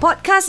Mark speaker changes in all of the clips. Speaker 1: Podcast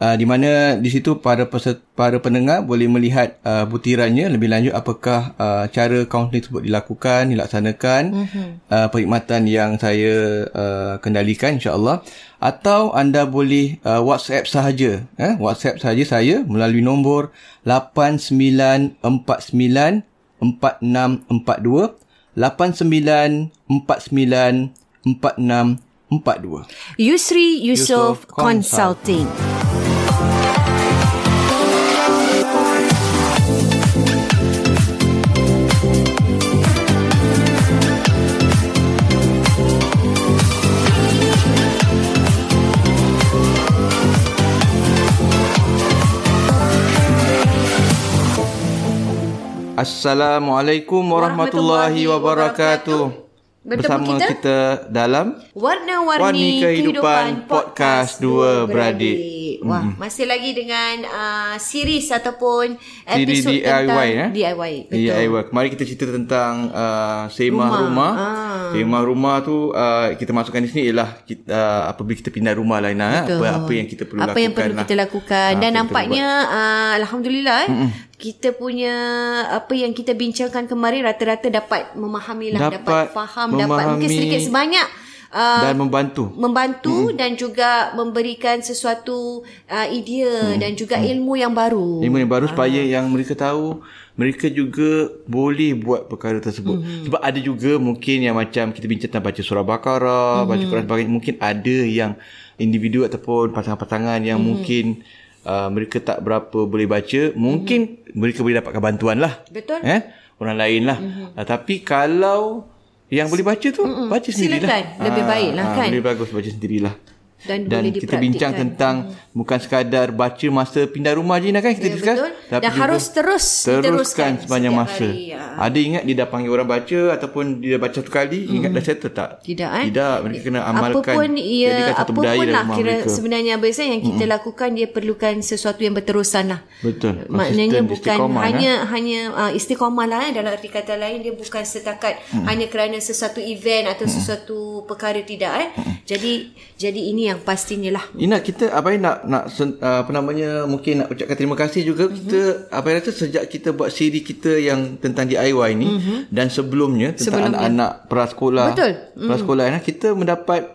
Speaker 2: Uh, di mana di situ para peset, para pendengar boleh melihat uh, butirannya lebih lanjut apakah uh, cara kaunseling tersebut dilakukan dilaksanakan mm-hmm. uh, perkhidmatan yang saya uh, kendalikan insyaallah atau anda boleh uh, WhatsApp sahaja eh WhatsApp sahaja saya melalui nombor 8949 4642 8949 4642
Speaker 1: Yusri Yusof
Speaker 2: Yusof
Speaker 1: Consulting.
Speaker 2: Consulting. Assalamualaikum warahmatullahi wabarakatuh.
Speaker 1: Bertemu
Speaker 2: Bersama
Speaker 1: kita,
Speaker 2: kita, kita dalam
Speaker 1: Warna-warni
Speaker 2: Warni
Speaker 1: kehidupan,
Speaker 2: Kehidupan
Speaker 1: podcast
Speaker 2: Podcast
Speaker 1: dua
Speaker 2: Dua
Speaker 1: beradik.
Speaker 2: Beradik.
Speaker 1: Wah, masih lagi dengan uh, series ataupun
Speaker 2: Siri
Speaker 1: episod tentang
Speaker 2: DIY eh?
Speaker 1: DIY. Betul.
Speaker 2: DIY. Kemarin kita cerita tentang uh, semah
Speaker 1: Rumah.
Speaker 2: rumah.
Speaker 1: Ah.
Speaker 2: Semah rumah tu uh, kita masukkan di sini ialah kita, uh, apabila kita pindah rumah lain lah. eh.
Speaker 1: Betul.
Speaker 2: Apa, apa yang kita perlu
Speaker 1: apa
Speaker 2: lakukan
Speaker 1: yang perlu
Speaker 2: lah.
Speaker 1: kita lakukan dan
Speaker 2: Ah, apa yang kita
Speaker 1: nampaknya uh, alhamdulillah eh kita punya apa yang kita bincangkan kemarin rata-rata dapat memahami lah dapat,
Speaker 2: Dapat
Speaker 1: faham dapat
Speaker 2: memahami
Speaker 1: mungkin sedikit sebanyak
Speaker 2: buat.
Speaker 1: uh,
Speaker 2: Dan membantu.
Speaker 1: membantu dan juga memberikan sesuatu uh, idea dan juga ilmu yang baru
Speaker 2: Ilmu yang baru supaya yang mereka tahu mereka juga boleh buat perkara tersebut. Mm-hmm. Sebab ada juga mungkin yang macam kita bincang tentang baca surah Baqarah, mm-hmm. baca Quran sebagainya mungkin ada yang individu ataupun pasangan-pasangan yang mm-hmm. mungkin uh, mereka tak berapa boleh baca, mungkin mm-hmm. mereka boleh dapatkan bantuan lah.
Speaker 1: Betul.
Speaker 2: Eh? Orang lain lah. Mm-hmm. Uh, tapi kalau yang boleh baca tu mm-hmm. baca sendirilah.
Speaker 1: Silakan. Lebih
Speaker 2: Ah,
Speaker 1: baik lah,
Speaker 2: ah,
Speaker 1: kan?
Speaker 2: Lebih bagus baca sendirilah
Speaker 1: dan,
Speaker 2: dan
Speaker 1: boleh
Speaker 2: kita
Speaker 1: dipraktikkan.
Speaker 2: bincang
Speaker 1: Hmm.
Speaker 2: tentang bukan sekadar baca masa pindah rumah je nak kan kita
Speaker 1: Ya,
Speaker 2: discuss
Speaker 1: betul.
Speaker 2: tapi
Speaker 1: Dan
Speaker 2: juga
Speaker 1: harus terus diteruskan
Speaker 2: teruskan sepanjang
Speaker 1: setiap
Speaker 2: masa
Speaker 1: hari, ya.
Speaker 2: ada ingat dia dah panggil orang baca ataupun dia baca satu kali hmm. ingat dah settle tak
Speaker 1: Tidak, eh?
Speaker 2: tidak mereka kena amalkan
Speaker 1: apapun ia
Speaker 2: jadikan satu
Speaker 1: apapun
Speaker 2: budaya
Speaker 1: lah
Speaker 2: dalam rumah
Speaker 1: kira
Speaker 2: mereka
Speaker 1: sebenarnya biasanya yang kita mm lakukan dia perlukan sesuatu yang berterusan lah
Speaker 2: betul
Speaker 1: maknanya
Speaker 2: Konsisten, eh?
Speaker 1: bukan
Speaker 2: istiqamah,
Speaker 1: hanya hanya uh, istiqamah lah eh. dalam arti kata lain dia bukan setakat hanya kerana sesuatu event atau sesuatu perkara tidak eh jadi jadi ini yang pastinya lah
Speaker 2: Ina kita apa yang nak nak sen- uh, apa namanya mungkin nak ucapkan terima kasih
Speaker 1: Mhm.
Speaker 2: juga mm-hmm. kita apa yang rasa sejak kita buat siri kita yang tentang DIY ni mm-hmm. dan sebelumnya tentang anak-anak prasekolah
Speaker 1: Mhm. Betul. Mhm.
Speaker 2: prasekolah Ina kita mendapat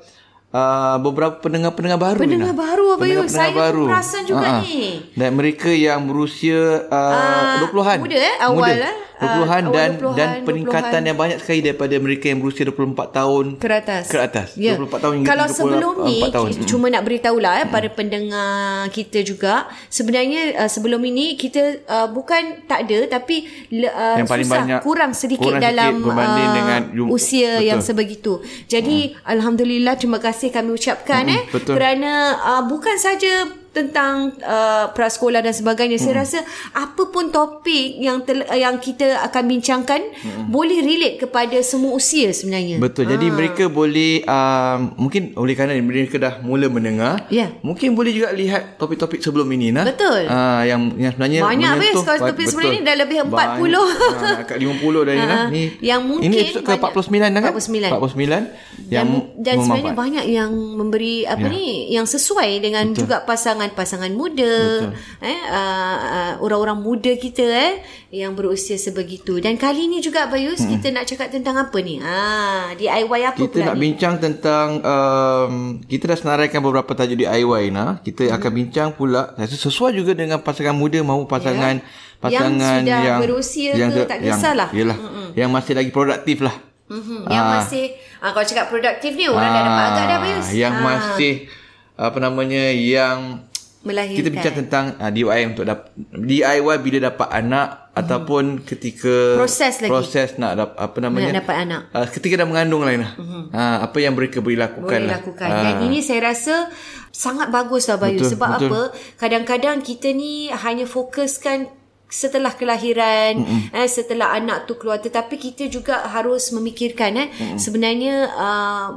Speaker 2: uh, beberapa pendengar-pendengar baru
Speaker 1: Pendengar
Speaker 2: Ina.
Speaker 1: baru, Abang Yus.
Speaker 2: Pendengar-pendengar
Speaker 1: Saya pun perasan juga
Speaker 2: Ha-ha.
Speaker 1: ni.
Speaker 2: dan mereka yang berusia
Speaker 1: Ah,
Speaker 2: uh, 20-an
Speaker 1: muda, eh? Awal,
Speaker 2: muda.
Speaker 1: eh? Ah,
Speaker 2: 20-an
Speaker 1: awal
Speaker 2: dan
Speaker 1: 20-an,
Speaker 2: dan peningkatan yang banyak sekali daripada mereka yang berusia 24 tahun
Speaker 1: ke atas. Ya.
Speaker 2: Ke atas. 24 tahun hingga
Speaker 1: Kalau
Speaker 2: 34
Speaker 1: sebelum ni
Speaker 2: tahun. Hmm.
Speaker 1: ki- cuma nak beritahulah eh para pendengar kita juga sebenarnya uh, sebelum ini kita uh, bukan tak ada tapi le, uh,
Speaker 2: Yang paling
Speaker 1: susah
Speaker 2: banyak-
Speaker 1: kurang sedikit
Speaker 2: kurang sedikit
Speaker 1: dalam
Speaker 2: berbanding
Speaker 1: uh,
Speaker 2: dengan jum-
Speaker 1: usia
Speaker 2: betul. Hmm.
Speaker 1: yang sebegitu. Jadi alhamdulillah terima kasih kami ucapkan eh
Speaker 2: betul.
Speaker 1: kerana uh, bukan saja tentang uh, prasekolah dan sebagainya
Speaker 2: Hmm.
Speaker 1: saya rasa apa pun topik yang tel- yang kita akan bincangkan
Speaker 2: Hmm.
Speaker 1: boleh relate kepada semua usia sebenarnya.
Speaker 2: Betul. Jadi mereka boleh um, mungkin oleh kerana mereka dah mula mendengar,
Speaker 1: Ya.
Speaker 2: mungkin boleh juga lihat topik-topik sebelum ini nah.
Speaker 1: Betul.
Speaker 2: Ah yang yang sebenarnya
Speaker 1: Banyak habis
Speaker 2: menyentuh-
Speaker 1: kalau topik
Speaker 2: betul.
Speaker 1: sebelum ni dah lebih 40.
Speaker 2: Banyak. Ah, kat 50 dah ni nah.
Speaker 1: Ah,
Speaker 2: Ni
Speaker 1: yang mungkin
Speaker 2: ini episod ke
Speaker 1: banyak.
Speaker 2: 49 dah kan?
Speaker 1: 49.
Speaker 2: 49 yang
Speaker 1: dan, dan sebenarnya
Speaker 2: memanfaat.
Speaker 1: banyak yang memberi apa
Speaker 2: Ya.
Speaker 1: ni yang sesuai dengan Betul. juga pasangan-pasangan muda eh uh, uh, orang-orang muda kita eh yang berusia sebegitu dan kali ni juga Bayus hmm. kita nak cakap tentang apa ni ha DIY apa
Speaker 2: kita
Speaker 1: pula
Speaker 2: nak
Speaker 1: ni
Speaker 2: bincang tentang um, kita dah senaraikan beberapa tajuk DIY nah. Kita
Speaker 1: Hmm.
Speaker 2: akan bincang pula saya rasa sesuai juga dengan pasangan muda maupun pasangan
Speaker 1: Ya. Yang
Speaker 2: pasangan
Speaker 1: sudah
Speaker 2: yang
Speaker 1: berusia ke, tak
Speaker 2: yang,
Speaker 1: kisahlah.
Speaker 2: Yang, yalah, yang masih lagi produktif lah.
Speaker 1: Mm-hmm. Yang masih ah, Kalau cakap produktif ni Orang dah dapat agak dah Bayus
Speaker 2: Yang
Speaker 1: Ah,
Speaker 2: masih apa namanya yang
Speaker 1: Melahirkan
Speaker 2: kita bicara tentang uh, DIY untuk dap- DIY bila dapat anak hmm. ataupun ketika
Speaker 1: Proses lagi.
Speaker 2: proses nak dap- apa namanya
Speaker 1: Nak dapat anak.
Speaker 2: uh, ketika dah mengandung lain lah hmm. uh, apa yang mereka boleh lakukan
Speaker 1: boleh
Speaker 2: lah.
Speaker 1: lakukan dan ini saya rasa sangat bagus lah Bayu
Speaker 2: Betul,
Speaker 1: sebab
Speaker 2: betul.
Speaker 1: apa kadang-kadang kita ni hanya fokuskan setelah kelahiran eh, setelah anak tu keluar tetapi kita juga harus memikirkan eh sebenarnya uh,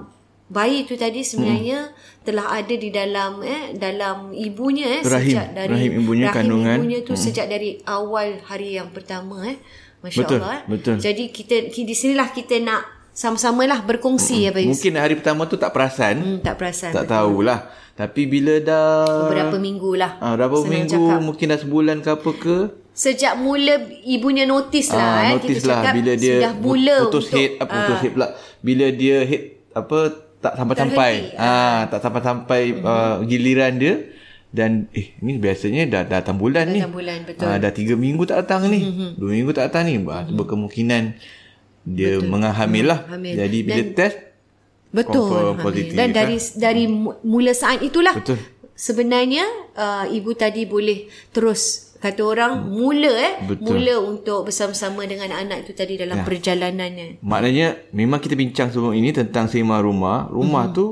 Speaker 1: bayi tu tadi sebenarnya
Speaker 2: Mm.
Speaker 1: telah ada di dalam eh dalam ibunya eh
Speaker 2: Rahim.
Speaker 1: sejak dari
Speaker 2: Rahim ibunya,
Speaker 1: rahim
Speaker 2: kandungan.
Speaker 1: ibunya tu sejak dari awal hari yang pertama eh
Speaker 2: Betul,
Speaker 1: masya-Allah eh
Speaker 2: betul.
Speaker 1: jadi kita di sinilah kita nak sama-samalah berkongsi ya Bayu
Speaker 2: mungkin hari pertama tu tak perasan
Speaker 1: Hmm, tak perasan.
Speaker 2: tak tahulah tapi bila dah
Speaker 1: Berapa minggu lah.
Speaker 2: uh, berapa
Speaker 1: Senang
Speaker 2: minggu
Speaker 1: cakap.
Speaker 2: mungkin dah sebulan ke apa ke
Speaker 1: Sejak mula ibunya notice lah.
Speaker 2: Ah,
Speaker 1: eh.
Speaker 2: notice
Speaker 1: Kita
Speaker 2: lah
Speaker 1: cakap
Speaker 2: bila dia
Speaker 1: sudah mula
Speaker 2: putus
Speaker 1: untuk, ah.
Speaker 2: head apa putus head pula bila dia head apa tak sampai-sampai
Speaker 1: Terhenti.
Speaker 2: ah tak sampai-sampai uh, giliran dia dan eh ni biasanya dah dah datang bulan ni
Speaker 1: datang bulan, betul. Hmm,
Speaker 2: Ah, dah tiga minggu tak datang ni dua minggu tak datang ni ah, berkemungkinan dia menghamil lah
Speaker 1: Hamil.
Speaker 2: jadi bila test
Speaker 1: Betul.
Speaker 2: confirm
Speaker 1: Hamil.
Speaker 2: positif,
Speaker 1: Dan
Speaker 2: eh.
Speaker 1: dari dari mu- mula saat itulah.
Speaker 2: Betul.
Speaker 1: Sebenarnya uh, ibu tadi boleh terus kata orang mula eh
Speaker 2: Hmm. Betul. Ya.
Speaker 1: mula untuk bersama-sama dengan anak itu tadi dalam perjalanannya.
Speaker 2: Maknanya memang kita bincang sebelum ini tentang sema rumah. Rumah
Speaker 1: Hmm.
Speaker 2: mm-hmm. tu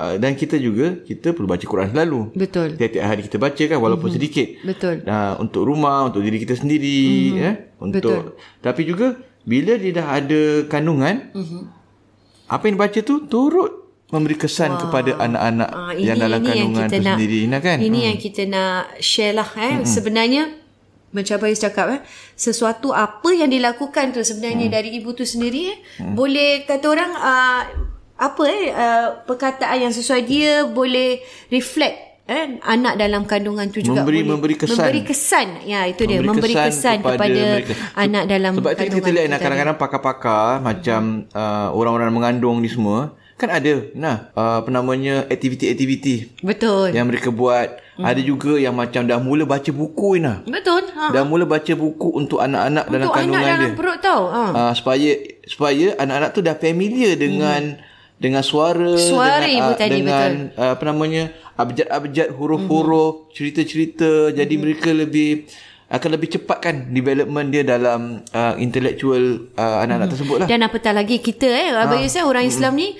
Speaker 2: uh, dan kita juga kita perlu baca Quran selalu.
Speaker 1: Betul. Hmm.
Speaker 2: Tiap-tiap hari kita baca kan walaupun mm-hmm. sedikit.
Speaker 1: Betul.
Speaker 2: Uh, untuk rumah, untuk diri kita sendiri,
Speaker 1: Mhm.
Speaker 2: mm-hmm. eh, untuk Betul. tapi juga bila dia dah ada kandungan,
Speaker 1: Mhm.
Speaker 2: mm-hmm. apa yang dibaca tu turut memberi kesan Wah. kepada anak-anak
Speaker 1: Ah,
Speaker 2: yang dalam kandungan
Speaker 1: kita
Speaker 2: tu sendiri, Ina kan?
Speaker 1: Ini yang kita nak share lah eh. Hmm. Sebenarnya macam Bayu cakap eh, sesuatu apa yang dilakukan tu sebenarnya hmm. dari ibu tu sendiri eh, hmm. boleh kata orang uh, apa eh uh, perkataan yang sesuai dia boleh reflect eh anak dalam kandungan tu juga boleh
Speaker 2: Memberi- memberi kesan.
Speaker 1: memberi kesan ya itu dia memberi kesan, kepada,
Speaker 2: mereka.
Speaker 1: anak dalam
Speaker 2: sebab itu
Speaker 1: kandungan Mhm.
Speaker 2: kita lihat
Speaker 1: tu
Speaker 2: nah,
Speaker 1: tadi.
Speaker 2: kadang-kadang pakar-pakar macam uh, orang-orang mengandung ni semua kan ada nah uh, apa namanya aktiviti-aktiviti
Speaker 1: betul
Speaker 2: yang mereka buat
Speaker 1: Mhm.
Speaker 2: ada juga yang macam dah mula baca buku ni nah
Speaker 1: betul ha.
Speaker 2: dah mula baca buku untuk anak-anak dalam
Speaker 1: untuk anak
Speaker 2: kandungan
Speaker 1: dalam
Speaker 2: dia
Speaker 1: perut tau ha.
Speaker 2: uh, supaya supaya anak-anak tu dah familiar dengan dengan suara,
Speaker 1: Suara
Speaker 2: dengan,
Speaker 1: ibu
Speaker 2: ah,
Speaker 1: Hmm. tadi,
Speaker 2: dengan betul. apa namanya abjad-abjad huruf-huruf
Speaker 1: Hmm.
Speaker 2: cerita-cerita jadi mereka lebih akan lebih cepatkan development dia dalam uh, intellectual uh, anak-anak tersebut lah Ah.
Speaker 1: Dan apatah lagi kita eh Abang ha. Yusuf orang Islam ni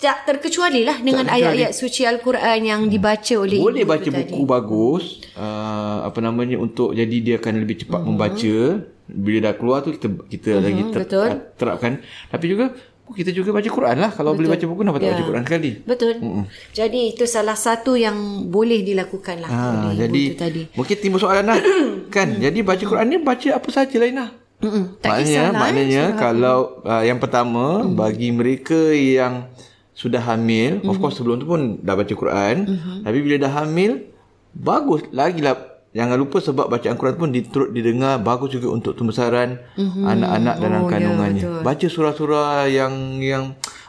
Speaker 1: tak terkecuali lah dengan ayat-ayat suci Al-Quran yang dibaca oleh
Speaker 2: boleh
Speaker 1: ibu
Speaker 2: baca
Speaker 1: tu
Speaker 2: buku
Speaker 1: tadi.
Speaker 2: bagus uh, apa namanya untuk jadi dia akan lebih cepat
Speaker 1: Hmm.
Speaker 2: membaca bila dah keluar tu kita kita lagi ter,
Speaker 1: betul.
Speaker 2: terapkan tapi juga kita juga baca Quran lah kalau boleh baca buku kenapa tak
Speaker 1: Ya.
Speaker 2: baca Quran sekali
Speaker 1: Betul. Mm-mm. Jadi itu salah satu yang boleh dilakukan lah
Speaker 2: Ah,
Speaker 1: oleh
Speaker 2: jadi
Speaker 1: ibu tu tadi.
Speaker 2: mungkin timbul soalan lah kan jadi baca Quran ni baca apa saja lah Inah
Speaker 1: Mm-mm. Tak
Speaker 2: maknanya
Speaker 1: kisahlah.
Speaker 2: maknanya kalau uh, yang pertama bagi mereka yang sudah hamil of course sebelum tu pun dah baca Quran
Speaker 1: Mm-hmm.
Speaker 2: tapi bila dah hamil bagus lagi lah jangan lupa sebab bacaan Quran pun diturut didengar bagus juga untuk tumbesaran anak-anak dalam
Speaker 1: Mm-hmm. Oh, ya,
Speaker 2: kandungannya
Speaker 1: betul.
Speaker 2: baca surah-surah yang yang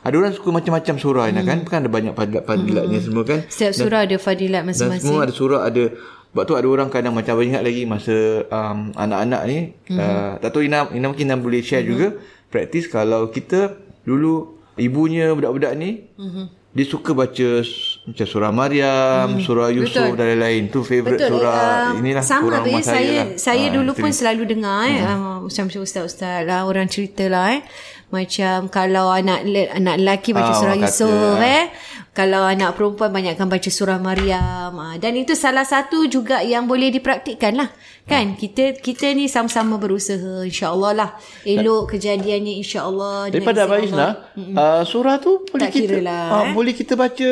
Speaker 2: ada orang suka macam-macam surah Inah
Speaker 1: Mm.
Speaker 2: kan kan ada banyak padilat-padilatnya
Speaker 1: Mm-hmm.
Speaker 2: semua kan
Speaker 1: Setiap surah ada fadilat
Speaker 2: dan
Speaker 1: masing-masing.
Speaker 2: semua ada surah ada sebab tu ada orang kadang macam abang ingat lagi masa um, anak-anak ni
Speaker 1: Mhm.
Speaker 2: mm-hmm. uh, tak tahu Ina Ina mungkin Ina boleh share mm-hmm. juga praktis kalau kita dulu ibunya budak-budak ni
Speaker 1: Mhm.
Speaker 2: mm-hmm. dia suka baca s- macam surah Maryam, mm-hmm. surah Yusuf
Speaker 1: Betul.
Speaker 2: dan lain-lain tu favorite
Speaker 1: Betul.
Speaker 2: surah
Speaker 1: Ah,
Speaker 2: inilah
Speaker 1: sama
Speaker 2: surah
Speaker 1: apa
Speaker 2: rumah
Speaker 1: saya saya,
Speaker 2: lah.
Speaker 1: saya
Speaker 2: Ah,
Speaker 1: dulu
Speaker 2: itu
Speaker 1: pun
Speaker 2: dia. Hmm.
Speaker 1: selalu dengar eh ah, macam macam ustaz-ustaz lah orang cerita lah eh macam kalau anak le- anak lelaki baca
Speaker 2: Ah,
Speaker 1: surah
Speaker 2: orang
Speaker 1: Yusuf
Speaker 2: kata, ah.
Speaker 1: eh kalau anak perempuan banyakkan baca surah Maryam ah, dan itu salah satu juga yang boleh dipraktikkan lah
Speaker 2: Hmm.
Speaker 1: kan kita kita ni sama-sama berusaha insyaallah lah elok kejadiannya insyaallah dengan
Speaker 2: Daripada
Speaker 1: izin
Speaker 2: Abang
Speaker 1: Allah.
Speaker 2: Isna, uh, surah tu boleh
Speaker 1: Tak
Speaker 2: kita
Speaker 1: kiralah,
Speaker 2: ah,
Speaker 1: eh.
Speaker 2: boleh kita baca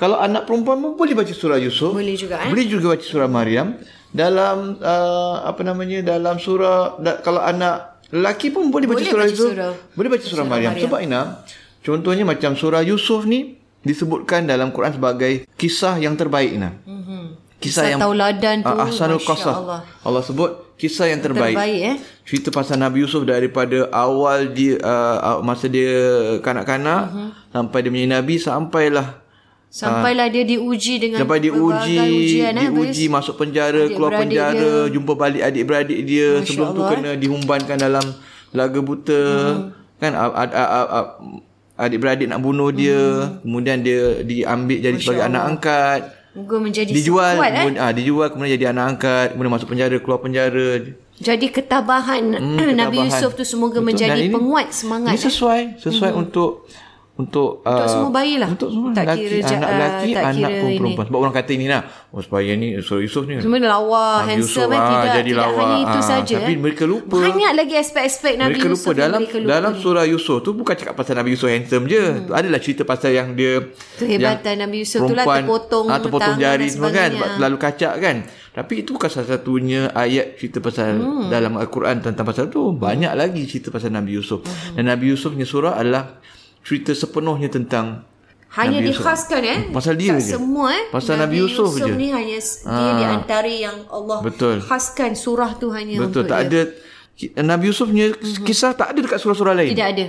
Speaker 2: kalau anak perempuan pun boleh baca surah Yusuf.
Speaker 1: Boleh juga, eh.
Speaker 2: Boleh juga baca surah Maryam. Dalam uh, apa namanya dalam surah da, kalau anak lelaki pun boleh baca
Speaker 1: Boleh
Speaker 2: surah
Speaker 1: baca
Speaker 2: Yusuf.
Speaker 1: surah.
Speaker 2: Boleh baca surah, surah Maryam. Sebab Ina, contohnya macam surah Yusuf ni disebutkan dalam Quran sebagai kisah yang terbaik Ina. Mm-hmm. Kisah,
Speaker 1: Kisah tauladan tu,
Speaker 2: Ah, Ahsanul
Speaker 1: Masya
Speaker 2: Qasas.
Speaker 1: Allah.
Speaker 2: Allah sebut kisah yang terbaik.
Speaker 1: Terbaik, eh.
Speaker 2: Cerita pasal Nabi Yusuf daripada awal dia uh, masa dia kanak-kanak
Speaker 1: Mhm.
Speaker 2: uh-huh. sampai dia menjadi nabi sampailah
Speaker 1: sampailah dia diuji dengan
Speaker 2: sampai dia uji
Speaker 1: pelbagai ujian, eh, Abang
Speaker 2: diuji masuk penjara
Speaker 1: Adik
Speaker 2: keluar
Speaker 1: beradik
Speaker 2: penjara dia. jumpa balik adik-beradik dia
Speaker 1: Masya
Speaker 2: sebelum tu
Speaker 1: Allah, eh. Mhm.
Speaker 2: kena dihumbankan dalam laga buta uh-huh. kan a- a- a- a- a- adik-beradik nak bunuh
Speaker 1: Mhm.
Speaker 2: dia, kemudian dia diambil jadi sebagai anak angkat,
Speaker 1: Moga menjadi
Speaker 2: dijual,
Speaker 1: sekuat, eh?
Speaker 2: kemudian, ah, dijual kemudian jadi anak angkat, kemudian masuk penjara, keluar penjara.
Speaker 1: Jadi ketabahan, Nabi
Speaker 2: Hmm, ketabahan.
Speaker 1: Yusuf tu semoga
Speaker 2: Betul.
Speaker 1: menjadi
Speaker 2: Dan ini-
Speaker 1: penguat
Speaker 2: Ini
Speaker 1: semangat. eh.
Speaker 2: sesuai sesuai hmm. untuk untuk uh,
Speaker 1: Untuk semua bayi lah.
Speaker 2: Untuk semua
Speaker 1: Tak
Speaker 2: tak lelaki,
Speaker 1: kira
Speaker 2: kira,
Speaker 1: ja-
Speaker 2: anak
Speaker 1: ah,
Speaker 2: lelaki,
Speaker 1: tak
Speaker 2: anak
Speaker 1: kira
Speaker 2: perempuan,
Speaker 1: ini.
Speaker 2: perempuan. Sebab orang kata ini lah, oh supaya ni Yusuf Yusuf ni.
Speaker 1: Cuma lawa,
Speaker 2: Nabi Yusuf,
Speaker 1: handsome kan
Speaker 2: ah,
Speaker 1: tidak,
Speaker 2: jadi
Speaker 1: tidak
Speaker 2: lawa.
Speaker 1: hanya itu
Speaker 2: Ah,
Speaker 1: saja.
Speaker 2: tapi
Speaker 1: eh.
Speaker 2: mereka lupa.
Speaker 1: Banyak lagi aspek-aspek Nabi
Speaker 2: mereka
Speaker 1: Yusuf
Speaker 2: lupa
Speaker 1: yang
Speaker 2: dalam
Speaker 1: mereka lupa.
Speaker 2: dalam surah Yusuf tu bukan cakap pasal Nabi Yusuf handsome je. Tu Adalah cerita pasal yang dia
Speaker 1: Kehebatan Nabi Yusuf tu lah,
Speaker 2: perempuan,
Speaker 1: terpotong
Speaker 2: ah, terpotong
Speaker 1: tangan
Speaker 2: jari
Speaker 1: dan
Speaker 2: semua kan
Speaker 1: sebagainya.
Speaker 2: sebab terlalu kacak kan. Tapi itu bukan salah satunya ayat cerita pasal hmm. dalam Al-Quran tentang pasal tu. Banyak lagi cerita pasal Nabi Yusuf. Hmm. Dan Nabi Yusuf punya surah adalah cerita sepenuhnya tentang
Speaker 1: Hanya
Speaker 2: Nabi Yusuf. Hmm,
Speaker 1: dikhaskan eh.
Speaker 2: Pasal dia
Speaker 1: tak
Speaker 2: je.
Speaker 1: semua eh.
Speaker 2: Pasal Nabi Yusuf je.
Speaker 1: ni hanya s- dia
Speaker 2: Ah.
Speaker 1: di antara yang Allah
Speaker 2: Betul.
Speaker 1: khaskan surah tu hanya untuk
Speaker 2: betul tak
Speaker 1: dia. Hmm.
Speaker 2: ada Nabi Yusuf punya kisah tak ada dekat surah-surah lain.
Speaker 1: Tidak ada.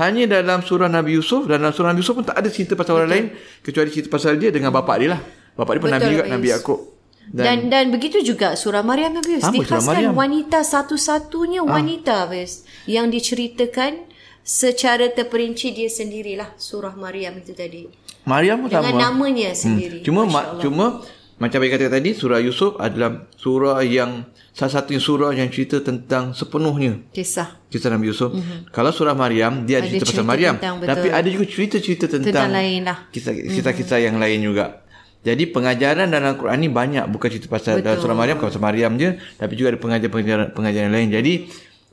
Speaker 2: Hanya dalam surah Nabi Yusuf dan dalam surah Nabi Yusuf pun tak ada cerita pasal orang lain kecuali cerita pasal dia dengan bapak dia lah. Bapak dia pun
Speaker 1: Betul,
Speaker 2: Nabi juga,
Speaker 1: Pak
Speaker 2: Nabi
Speaker 1: Yus.
Speaker 2: Yaakob.
Speaker 1: Dan, dan begitu juga surah Maryam Hafiz
Speaker 2: Sama surah
Speaker 1: dikhaskan
Speaker 2: Maryam. Ah.
Speaker 1: wanita satu-satunya wanita Hafiz yang diceritakan secara terperinci dia sendirilah surah Maryam itu tadi
Speaker 2: Maryam pun
Speaker 1: dengan
Speaker 2: sama.
Speaker 1: namanya sendiri.
Speaker 2: Hmm. Cuma ma- cuma macam saya kata tadi surah Yusuf adalah surah yang salah satu surah yang cerita tentang sepenuhnya
Speaker 1: Kisah
Speaker 2: kisah Nabi Yusuf. Mm-hmm. Kalau surah Maryam dia
Speaker 1: Mhm. Ada
Speaker 2: ada, cerita pasal
Speaker 1: cerita
Speaker 2: Maryam,
Speaker 1: tentang, betul.
Speaker 2: tapi ada juga cerita-cerita tentang,
Speaker 1: Tentang lain lah.
Speaker 2: Kisah, kisah-kisah yang lain juga. Jadi pengajaran dalam Al-Quran ni banyak bukan cerita pasal dalam surah Maryam kalau pasal Maryam je, tapi juga ada pengajaran-pengajaran pengajaran lain. Jadi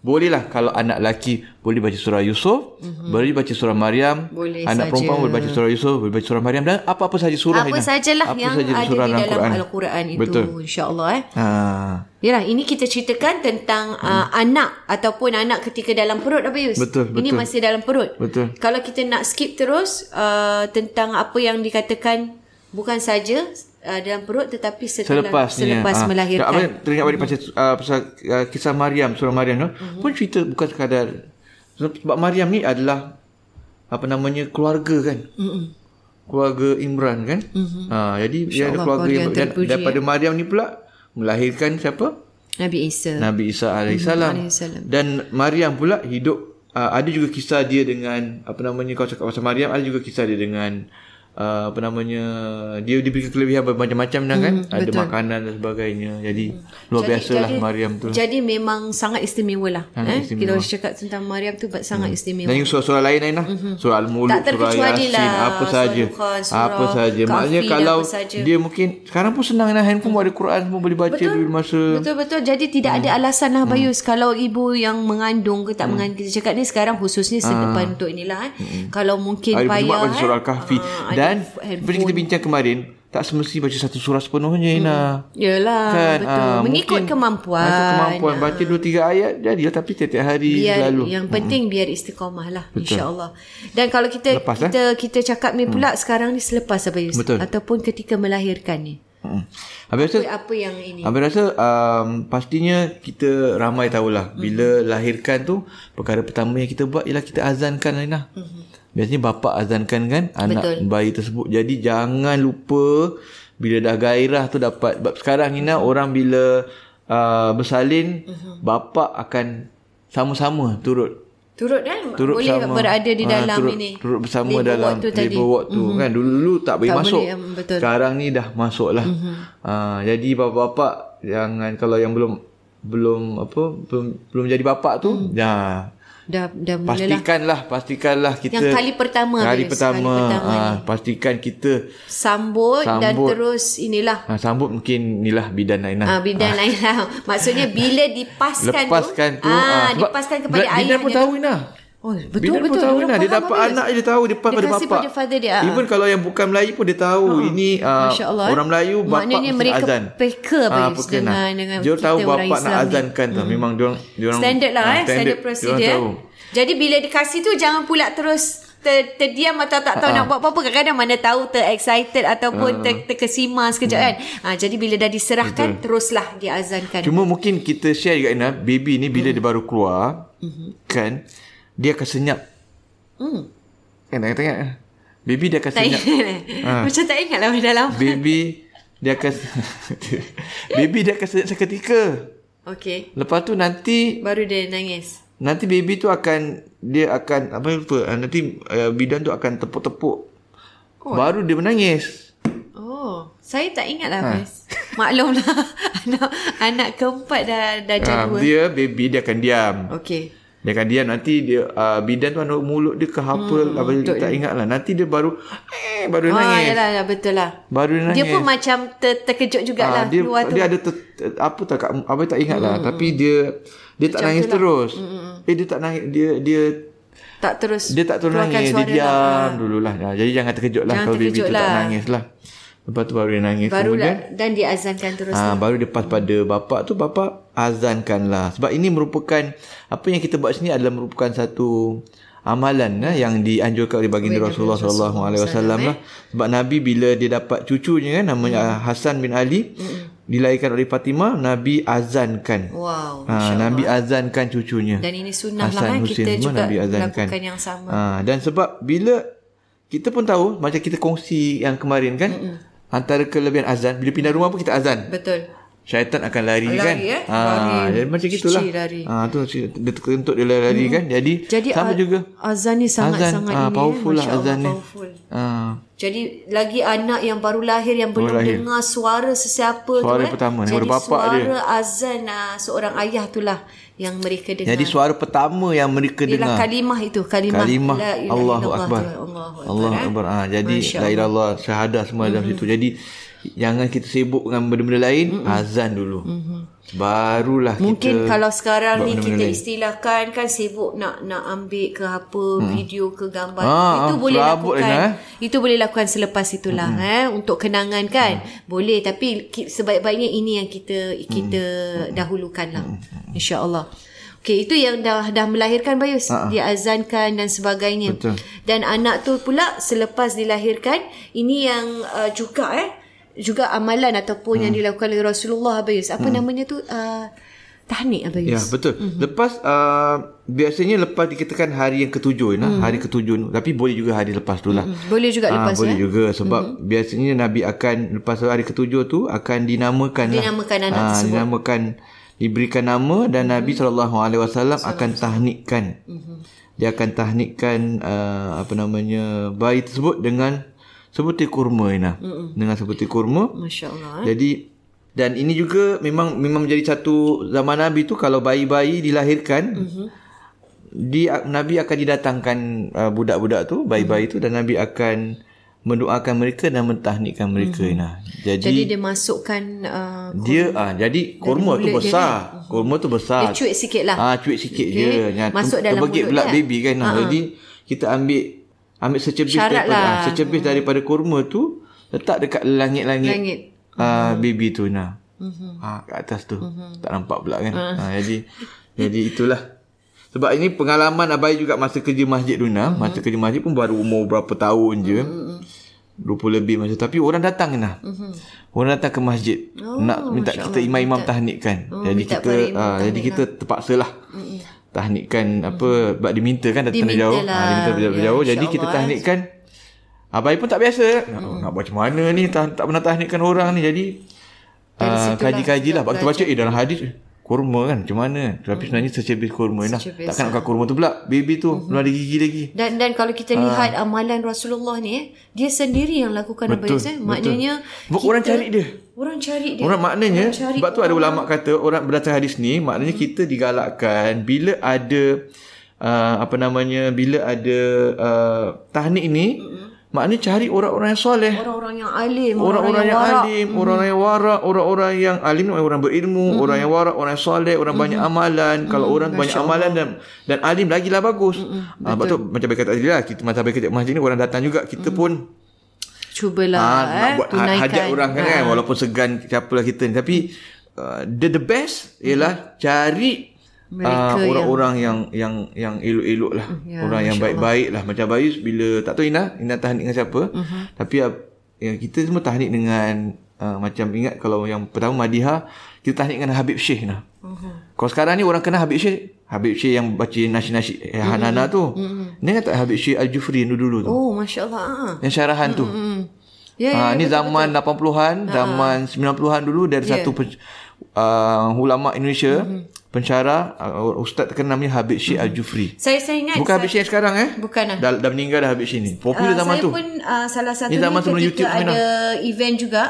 Speaker 2: bolehlah kalau anak lelaki boleh baca surah Yusuf, mm-hmm. boleh baca surah Maryam,
Speaker 1: Mhm. Boleh
Speaker 2: anak
Speaker 1: saja.
Speaker 2: perempuan boleh baca surah Yusuf, boleh baca surah Maryam dan apa-apa saja surah
Speaker 1: apa
Speaker 2: Aina.
Speaker 1: sajalah
Speaker 2: Apa
Speaker 1: yang
Speaker 2: saja
Speaker 1: ada di
Speaker 2: surah
Speaker 1: dalam
Speaker 2: Al-Quran.
Speaker 1: Al-Quran itu
Speaker 2: Betul.
Speaker 1: insya-Allah eh.
Speaker 2: Ha.
Speaker 1: Yalah, ini kita ceritakan tentang hmm. uh, anak ataupun anak ketika dalam perut apa Yus?
Speaker 2: Betul,
Speaker 1: Ini
Speaker 2: betul.
Speaker 1: masih dalam perut.
Speaker 2: Betul.
Speaker 1: Kalau kita nak skip terus uh, tentang apa yang dikatakan bukan saja uh, dalam perut tetapi setelah
Speaker 2: selepasnya
Speaker 1: selepas
Speaker 2: Ah.
Speaker 1: melahirkan. Hmm.
Speaker 2: Apa teringat balik pasal ah, pasal ah, kisah Maryam surah Maryam tu mm-hmm. pun cerita bukan sekadar sebab Maryam ni adalah apa namanya keluarga kan. Mm-hmm.
Speaker 1: Hmm.
Speaker 2: Keluarga Imran kan. Mm-hmm. Ha jadi dia ada
Speaker 1: InsyaAllah
Speaker 2: keluarga
Speaker 1: keluarga
Speaker 2: yang,
Speaker 1: yang
Speaker 2: dan,
Speaker 1: terpuji, ya.
Speaker 2: daripada Maryam ni pula melahirkan siapa?
Speaker 1: Nabi Isa.
Speaker 2: Nabi Isa alaihissalam.
Speaker 1: alaihissalam.
Speaker 2: Dan Maryam pula hidup uh, ada juga kisah dia dengan apa namanya kau cakap pasal Maryam ada juga kisah dia dengan uh, apa namanya dia diberi kelebihan bermacam-macam dah kan ada makanan dan sebagainya. Jadi luar biasalah
Speaker 1: Mhm, jadi-
Speaker 2: Maryam tu.
Speaker 1: Jadi memang sangat istimewa lah.
Speaker 2: Sangat
Speaker 1: eh?
Speaker 2: istimewa. Hmm.
Speaker 1: Kita harus cakap tentang Maryam tu but sangat istimewa.
Speaker 2: Dan juga surah-surah lain lain lah. Surah
Speaker 1: Mhm.
Speaker 2: Al-Muluk,
Speaker 1: Tak
Speaker 2: surah
Speaker 1: terkecuali
Speaker 2: Yasin,
Speaker 1: lah.
Speaker 2: apa
Speaker 1: Surah
Speaker 2: saja.
Speaker 1: Dukhan, surah
Speaker 2: Apa saja. Maknanya
Speaker 1: Kahfi dan
Speaker 2: kalau
Speaker 1: apa saja.
Speaker 2: dia mungkin sekarang pun senang lah handphone pun ada Quran semua boleh baca bila masa
Speaker 1: Betul-betul. Jadi tidak ada
Speaker 2: Hmm.
Speaker 1: alasan lah Bayus. Kalau ibu yang mengandung ke tak mengandung. Kita cakap ni sekarang khususnya
Speaker 2: Ah.
Speaker 1: selepas untuk inilah. Eh.
Speaker 2: Hmm.
Speaker 1: Kalau mungkin
Speaker 2: Hari
Speaker 1: payah.
Speaker 2: Jumaat baca
Speaker 1: eh.
Speaker 2: surah Al-Kahfi.
Speaker 1: Ah, ada
Speaker 2: Dan
Speaker 1: f-
Speaker 2: seperti kita
Speaker 1: handphone.
Speaker 2: bincang kemarin, tak semestinya baca satu surah sepenuhnya, Ina.
Speaker 1: Yelah.
Speaker 2: Kan?
Speaker 1: betul.
Speaker 2: ah,
Speaker 1: Mengikut
Speaker 2: mungkin
Speaker 1: kemampuan. Ah,
Speaker 2: Mengikut kemampuan. Hmm. Baca dua, tiga ayat, jadilah. Tapi tiap-tiap hari
Speaker 1: biar
Speaker 2: lalu.
Speaker 1: yang penting biar istiqamah lah insyaallah dan kalau kita
Speaker 2: Lepas, eh? Hmm.
Speaker 1: kita kita cakap ni pula sekarang ni selepas apa Yus
Speaker 2: Betul.
Speaker 1: ataupun ketika melahirkan ni
Speaker 2: Hmm. Habis rasa,
Speaker 1: apa yang ini
Speaker 2: habis rasa um, pastinya kita ramai tahulah.
Speaker 1: Mhm.
Speaker 2: Bila lahirkan tu, perkara pertama yang kita buat ialah kita azankan, Ina. Biasanya bapa azankan kan anak
Speaker 1: Mhm. Betul.
Speaker 2: bayi tersebut. Jadi jangan lupa bila dah gairah tu dapat. Sebab sekarang Nina
Speaker 1: Mhm.
Speaker 2: orang bila uh, bersalin bapa akan sama-sama turut
Speaker 1: turut kan
Speaker 2: turut
Speaker 1: boleh
Speaker 2: sama
Speaker 1: berada di
Speaker 2: Ah,
Speaker 1: dalam
Speaker 2: turut,
Speaker 1: ini
Speaker 2: turut bersama
Speaker 1: Labour
Speaker 2: dalam
Speaker 1: ward tu tadi Mhm.
Speaker 2: labor ward tu kan dulu, dulu tak boleh
Speaker 1: Tak
Speaker 2: masuk
Speaker 1: boleh, mm, betul. Mhm.
Speaker 2: sekarang ni dah masuk lah Ah, jadi bapa-bapa jangan kalau yang belum belum apa belum belum jadi bapa tu
Speaker 1: Mhm.
Speaker 2: dah
Speaker 1: dah dah mulalah
Speaker 2: pastikanlah pastikanlah kita
Speaker 1: lah. Yang kali pertama,
Speaker 2: kali
Speaker 1: Fiz,
Speaker 2: pertama,
Speaker 1: kali pertama
Speaker 2: ah, pastikan kita
Speaker 1: sambut, dan
Speaker 2: Sambut. Eh.
Speaker 1: terus inilah
Speaker 2: ah, sambut mungkin inilah bidan Nainah
Speaker 1: ah bidan lain lah. Maksudnya bila dipaskan,
Speaker 2: lepaskan tu,
Speaker 1: ah,
Speaker 2: sebab
Speaker 1: dipaskan kepada kan
Speaker 2: bidan
Speaker 1: ayahnya.
Speaker 2: Bidan pun tahu Inah
Speaker 1: Oh, betul
Speaker 2: Bidan
Speaker 1: betul.
Speaker 2: pun tahu
Speaker 1: Orang
Speaker 2: Inah Dia
Speaker 1: faham
Speaker 2: dapat
Speaker 1: apa,
Speaker 2: anak dia tahu Dia dapat
Speaker 1: Dia
Speaker 2: pada
Speaker 1: kasih
Speaker 2: bapak
Speaker 1: pada father dia, ah.
Speaker 2: Even kalau yang bukan Melayu pun dia tahu Ini ah,
Speaker 1: Masya-Allah, eh.
Speaker 2: orang Melayu Bapak
Speaker 1: Maknanya
Speaker 2: mesti
Speaker 1: mereka
Speaker 2: azan
Speaker 1: peka,
Speaker 2: Ah,
Speaker 1: Bayus,
Speaker 2: peka, Inah.
Speaker 1: dengan- dengan
Speaker 2: Dia
Speaker 1: kita
Speaker 2: tahu
Speaker 1: orang
Speaker 2: bapak nak
Speaker 1: Islam ni. Hmm.
Speaker 2: azankan tu Memang dia orang dia orang-
Speaker 1: Standard lah
Speaker 2: ah,
Speaker 1: eh, standard
Speaker 2: Dia
Speaker 1: procedure.
Speaker 2: orang
Speaker 1: eh.
Speaker 2: tahu
Speaker 1: Jadi bila dikasih tu jangan pula terus ter, terdiam atau tak
Speaker 2: Ah,
Speaker 1: tahu nak buat apa-apa kadang-kadang mana tahu terexcited ataupun ter, terkesima
Speaker 2: Hmm.
Speaker 1: sekejap kan. Ah jadi bila dah diserahkan teruslah diazankan.
Speaker 2: Cuma mungkin kita share juga Inah Baby ni bila dia baru keluar Kan Dia akan senyap
Speaker 1: Hmm.
Speaker 2: Kan tengok-tengok Baby dia akan
Speaker 1: Tak
Speaker 2: senyap
Speaker 1: ingat. eh.
Speaker 2: Ah.
Speaker 1: Macam tak ingat lah dah lama.
Speaker 2: Baby Dia akan Baby dia akan senyap seketika
Speaker 1: Okey.
Speaker 2: Lepas tu nanti
Speaker 1: Baru dia nangis.
Speaker 2: nanti baby tu akan dia akan apa lupa ah, nanti uh, bidan tu akan tepuk-tepuk. Oh. Baru dia menangis.
Speaker 1: Oh, saya tak ingat
Speaker 2: Ha.
Speaker 1: lah, Fiz. Maklumlah, anak, anak keempat dah, dah jadi
Speaker 2: Ah,
Speaker 1: dua.
Speaker 2: dia baby dia akan diam.
Speaker 1: Okey.
Speaker 2: Dia akan diam nanti dia uh, bidan tu anak mulut dia ke apa hmm, apa dia tak ingat lah. Nanti dia baru eh baru dia
Speaker 1: Ah,
Speaker 2: nangis.
Speaker 1: yalah, yalah, betul lah.
Speaker 2: Baru dia nangis.
Speaker 1: Dia pun macam ter, terkejut
Speaker 2: Ah,
Speaker 1: jugalah
Speaker 2: dia,
Speaker 1: keluar tu. Hmm.
Speaker 2: dia ada ter, ter- apa tak kat- apa tak ingat lah tapi dia dia tak
Speaker 1: lah.
Speaker 2: nangis terus. Eh dia tak nangis dia dia
Speaker 1: tak terus
Speaker 2: dia tak terus
Speaker 1: keluarkan
Speaker 2: nangis dia
Speaker 1: suara
Speaker 2: diam
Speaker 1: lah.
Speaker 2: lah. dulu lah. Ah, Jadi jangan terkejut lah
Speaker 1: Jangan
Speaker 2: kalau baby
Speaker 1: terkejut
Speaker 2: tu tak
Speaker 1: lah.
Speaker 2: nangis lah. Lepas tu baru dia nangis
Speaker 1: Barulah
Speaker 2: kemudian.
Speaker 1: dan diazankan terus.
Speaker 2: Ah, baru lepas pada bapak tu bapak azankanlah sebab ini merupakan apa yang kita buat sini adalah merupakan satu amalan lah, yang dianjurkan oleh baginda Rasulullah sallallahu alaihi wasallam lah
Speaker 1: eh.
Speaker 2: sebab nabi bila dia dapat cucunya kan
Speaker 1: Hmm.
Speaker 2: namanya Hasan bin Ali dilahirkan oleh Fatimah nabi azankan
Speaker 1: Wow.
Speaker 2: ha, nabi azankan cucunya
Speaker 1: Dan ini sunnah lah
Speaker 2: Hasan,
Speaker 1: kan
Speaker 2: Husin
Speaker 1: kita
Speaker 2: semua
Speaker 1: juga
Speaker 2: Nabi azankan.
Speaker 1: lakukan yang sama.
Speaker 2: Ha, dan sebab bila kita pun tahu macam kita kongsi yang kemarin kan Mm-mm. antara kelebihan azan bila pindah rumah pun kita azan
Speaker 1: Betul.
Speaker 2: syaitan akan lari,
Speaker 1: Lari,
Speaker 2: kan.
Speaker 1: eh?
Speaker 2: Ha,
Speaker 1: Lari.
Speaker 2: jadi macam gitulah.
Speaker 1: Cici lari.
Speaker 2: Ha tu si- dia terkentut dia lari lari kan. Jadi,
Speaker 1: Jadi
Speaker 2: sama
Speaker 1: a-
Speaker 2: juga.
Speaker 1: azan ni
Speaker 2: Azan
Speaker 1: sangat-sangat
Speaker 2: ah
Speaker 1: ini.
Speaker 2: powerful
Speaker 1: eh.
Speaker 2: lah
Speaker 1: Masya Allah,
Speaker 2: azan ni.
Speaker 1: Powerful.
Speaker 2: Ha
Speaker 1: Jadi lagi anak yang baru lahir yang belum
Speaker 2: lahir.
Speaker 1: dengar suara sesiapa
Speaker 2: Suara
Speaker 1: tu eh.
Speaker 2: pertama,
Speaker 1: Jadi
Speaker 2: daripada bapak
Speaker 1: suara
Speaker 2: dia.
Speaker 1: azan ah, seorang ayah itulah yang mereka dengar.
Speaker 2: jadi suara pertama yang mereka
Speaker 1: Ialah
Speaker 2: dengar
Speaker 1: kalimah itu kalimah,
Speaker 2: kalimah
Speaker 1: la ilaha
Speaker 2: Allahu
Speaker 1: illallah
Speaker 2: akbar.
Speaker 1: tu, ya Allahu akbar. eh? Mm-hmm.
Speaker 2: Allahu akbar. Ah jadi la ilaha illallah syahadah semua dalam situ. Jadi jangan kita sibuk dengan benda-benda lain, azan dulu. Barulah
Speaker 1: Mm-hmm. Mungkin
Speaker 2: kita
Speaker 1: kalau sekarang
Speaker 2: buat
Speaker 1: ni
Speaker 2: benda-benda
Speaker 1: kita
Speaker 2: lain.
Speaker 1: istilahkan kan sibuk nak nak ambil ke apa hmm. video ke gambar
Speaker 2: Ah,
Speaker 1: itu
Speaker 2: ah,
Speaker 1: boleh
Speaker 2: serabut
Speaker 1: lakukan
Speaker 2: Lina, eh.
Speaker 1: itu boleh lakukan selepas itulah hmm. eh untuk kenangan kan boleh tapi ki- sebaik-baiknya ini yang kita kita dahulukan lah insyaallah Okey itu yang dah dah melahirkan Bayus dia azankan dan sebagainya
Speaker 2: Betul.
Speaker 1: dan anak tu pula selepas dilahirkan ini yang uh, juga eh juga amalan ataupun hmm. yang dilakukan oleh Rasulullah Abayus. Apa hmm. namanya tu uh, tahnik Abayus.
Speaker 2: Ya betul. Mm-hmm. Lepas uh, biasanya lepas dikatakan hari yang
Speaker 1: Mm.
Speaker 2: ketujuh nah, mm-hmm. hari ketujuh ni. tapi boleh juga hari lepas tu lah. Mm-hmm.
Speaker 1: Hmm, Boleh juga lepas
Speaker 2: boleh
Speaker 1: ya.
Speaker 2: juga sebab mm-hmm. biasanya Nabi akan lepas hari ketujuh tu akan dinamakan lah.
Speaker 1: Dinamakan anak
Speaker 2: Ah,
Speaker 1: tersebut. Mhm.
Speaker 2: dinamakan diberikan nama dan Nabi sallallahu alaihi wasallam akan tahnikkan. Mm-hmm. Dia akan tahnikkan uh, apa namanya bayi tersebut dengan sebutir kurma
Speaker 1: Mhm.
Speaker 2: Ina. Mm-hmm. Dengan sebutir kurma.
Speaker 1: Masya-Allah. eh.
Speaker 2: Jadi dan ini juga memang memang menjadi satu zaman Nabi tu kalau bayi-bayi dilahirkan
Speaker 1: Mhm.
Speaker 2: mm-hmm. dia Nabi akan didatangkan uh, budak-budak tu
Speaker 1: Mhm.
Speaker 2: bayi-bayi tu dan Nabi akan mendoakan mereka dan mentahnikkan mereka mm-hmm. nah.
Speaker 1: Mhm. Jadi
Speaker 2: Jadi, jadi
Speaker 1: dia masukkan uh,
Speaker 2: dia ah jadi
Speaker 1: mulut
Speaker 2: kurma tu
Speaker 1: dia
Speaker 2: besar. Kurma tu
Speaker 1: dia
Speaker 2: besar.
Speaker 1: cuit sikit lah.
Speaker 2: Ah cuit sikit
Speaker 1: Okey.
Speaker 2: okay. je. Yang
Speaker 1: Masuk
Speaker 2: ter-
Speaker 1: dalam
Speaker 2: terbegit
Speaker 1: mulut
Speaker 2: pula
Speaker 1: dia.
Speaker 2: baby kan. Ha. Jadi kita ambil ambil secebis
Speaker 1: Syarat
Speaker 2: daripada
Speaker 1: lah.
Speaker 2: ah, secebis daripada kurma tu letak dekat langit-langit
Speaker 1: Langit.
Speaker 2: ah baby tu nah. Mm-hmm. Ah kat atas tu. Mm-hmm. Tak nampak pula kan. Ah jadi jadi itulah. Sebab ini pengalaman abai juga masa kerja masjid tu nah. Masa kerja masjid pun baru umur berapa tahun je. Mm-hmm. 20 lebih masa tu. tapi orang datang nah. Mm-hmm. Orang datang ke masjid oh, nak minta kita imam-imam tahnikkan. Oh, jadi
Speaker 1: minta
Speaker 2: kita
Speaker 1: para imam
Speaker 2: ah jadi kita terpaksalah. Tahnikkan apa sebab diminta kan datang dari
Speaker 1: Diminta
Speaker 2: jauh.
Speaker 1: lah.
Speaker 2: Ah diminta dari
Speaker 1: Ya,
Speaker 2: jauh. Jadi kita
Speaker 1: insyaAllah, eh.
Speaker 2: tahnikkan Abai pun tak biasa. Hmm. Nak buat macam mana ni? Tak, tak pernah tahnikkan orang ni. Jadi ah, kaji-kaji lah. Kita baca eh dalam hadis eh, kurma kan macam mana. Tapi
Speaker 1: Hmm.
Speaker 2: sebenarnya secebis kurma ni lah.
Speaker 1: Secebis.
Speaker 2: Takkan nak makan kurma tu pula. Baby tu
Speaker 1: Hmm.
Speaker 2: belum ada gigi lagi.
Speaker 1: Dan dan kalau
Speaker 2: Ah.
Speaker 1: kita lihat amalan Rasulullah ni eh, dia sendiri yang lakukan
Speaker 2: Betul,
Speaker 1: Abayus eh.
Speaker 2: betul.
Speaker 1: Maknanya
Speaker 2: Sebab orang cari dia.
Speaker 1: Orang cari dia.
Speaker 2: Orang
Speaker 1: Ya,
Speaker 2: maknanya
Speaker 1: Orang Hmm. cari
Speaker 2: sebab tu ada ulama kata orang berdasar hadis ni maknanya kita digalakkan bila ada uh, apa namanya bila ada uh, tahnik ni
Speaker 1: Hmm.
Speaker 2: maknanya cari orang-orang yang soleh
Speaker 1: orang-orang yang alim,
Speaker 2: orang-orang yang,
Speaker 1: warak. Hmm.
Speaker 2: alim orang-orang yang warak orang-orang yang alim ni orang berilmu orang yang warak orang yang soleh orang
Speaker 1: Hmm.
Speaker 2: banyak amalan kalau orang banyak amalan dan dan alim lagilah bagus
Speaker 1: Hmm,
Speaker 2: Ah, sebab tu macam baik kata tadi lah kita masa baik kata masjid ni orang datang juga kita
Speaker 1: Hmm.
Speaker 2: pun
Speaker 1: Cubalah
Speaker 2: Ah, nak
Speaker 1: eh,
Speaker 2: buat ha-
Speaker 1: tunaikan. Ah.
Speaker 2: hajat orang kan, kan walaupun segan siapalah kita ni tapi uh, the the best ialah cari
Speaker 1: Hmm. Mereka
Speaker 2: uh, orang-orang yang yang yang elok-elok lah
Speaker 1: ya,
Speaker 2: orang yang
Speaker 1: Masya
Speaker 2: baik-baik lah macam Bayus bila tak tahu Ina Ina tahnik dengan siapa
Speaker 1: Mhm.
Speaker 2: uh-huh. tapi uh, ya, kita semua tahnik dengan uh, macam ingat kalau yang pertama Madiha kita tahnik dengan Habib Syekh nah
Speaker 1: Mhm.
Speaker 2: uh-huh. kalau sekarang ni orang kenal Habib Syekh Habib Syekh yang baca nasyid-nasyid eh, Hanana tu uh-huh. ni kata Habib Syekh Al-Jufri dulu-dulu tu
Speaker 1: Mhm. Oh, masya-Allah. ah.
Speaker 2: yang syarahan tu
Speaker 1: Ya, Ha, ya,
Speaker 2: Ha, ni zaman
Speaker 1: Ya.
Speaker 2: 80-an, zaman 90-an dulu dari satu pe, uh, ah, ulama Indonesia,
Speaker 1: Mhm.
Speaker 2: pencara uh, ustaz terkenal namanya Habib Syed Al-Jufri.
Speaker 1: Saya saya ingat
Speaker 2: Bukan Habib
Speaker 1: saya,
Speaker 2: Syed yang sekarang eh?
Speaker 1: Mhm. Bukan, ah.
Speaker 2: Dah, dah meninggal dah Habib Syed ni.
Speaker 1: ah,
Speaker 2: Popular zaman
Speaker 1: saya
Speaker 2: tu.
Speaker 1: pun uh, salah satu
Speaker 2: Ni zaman sebelum
Speaker 1: ketika
Speaker 2: YouTube
Speaker 1: ada
Speaker 2: sebenarnya.
Speaker 1: event juga.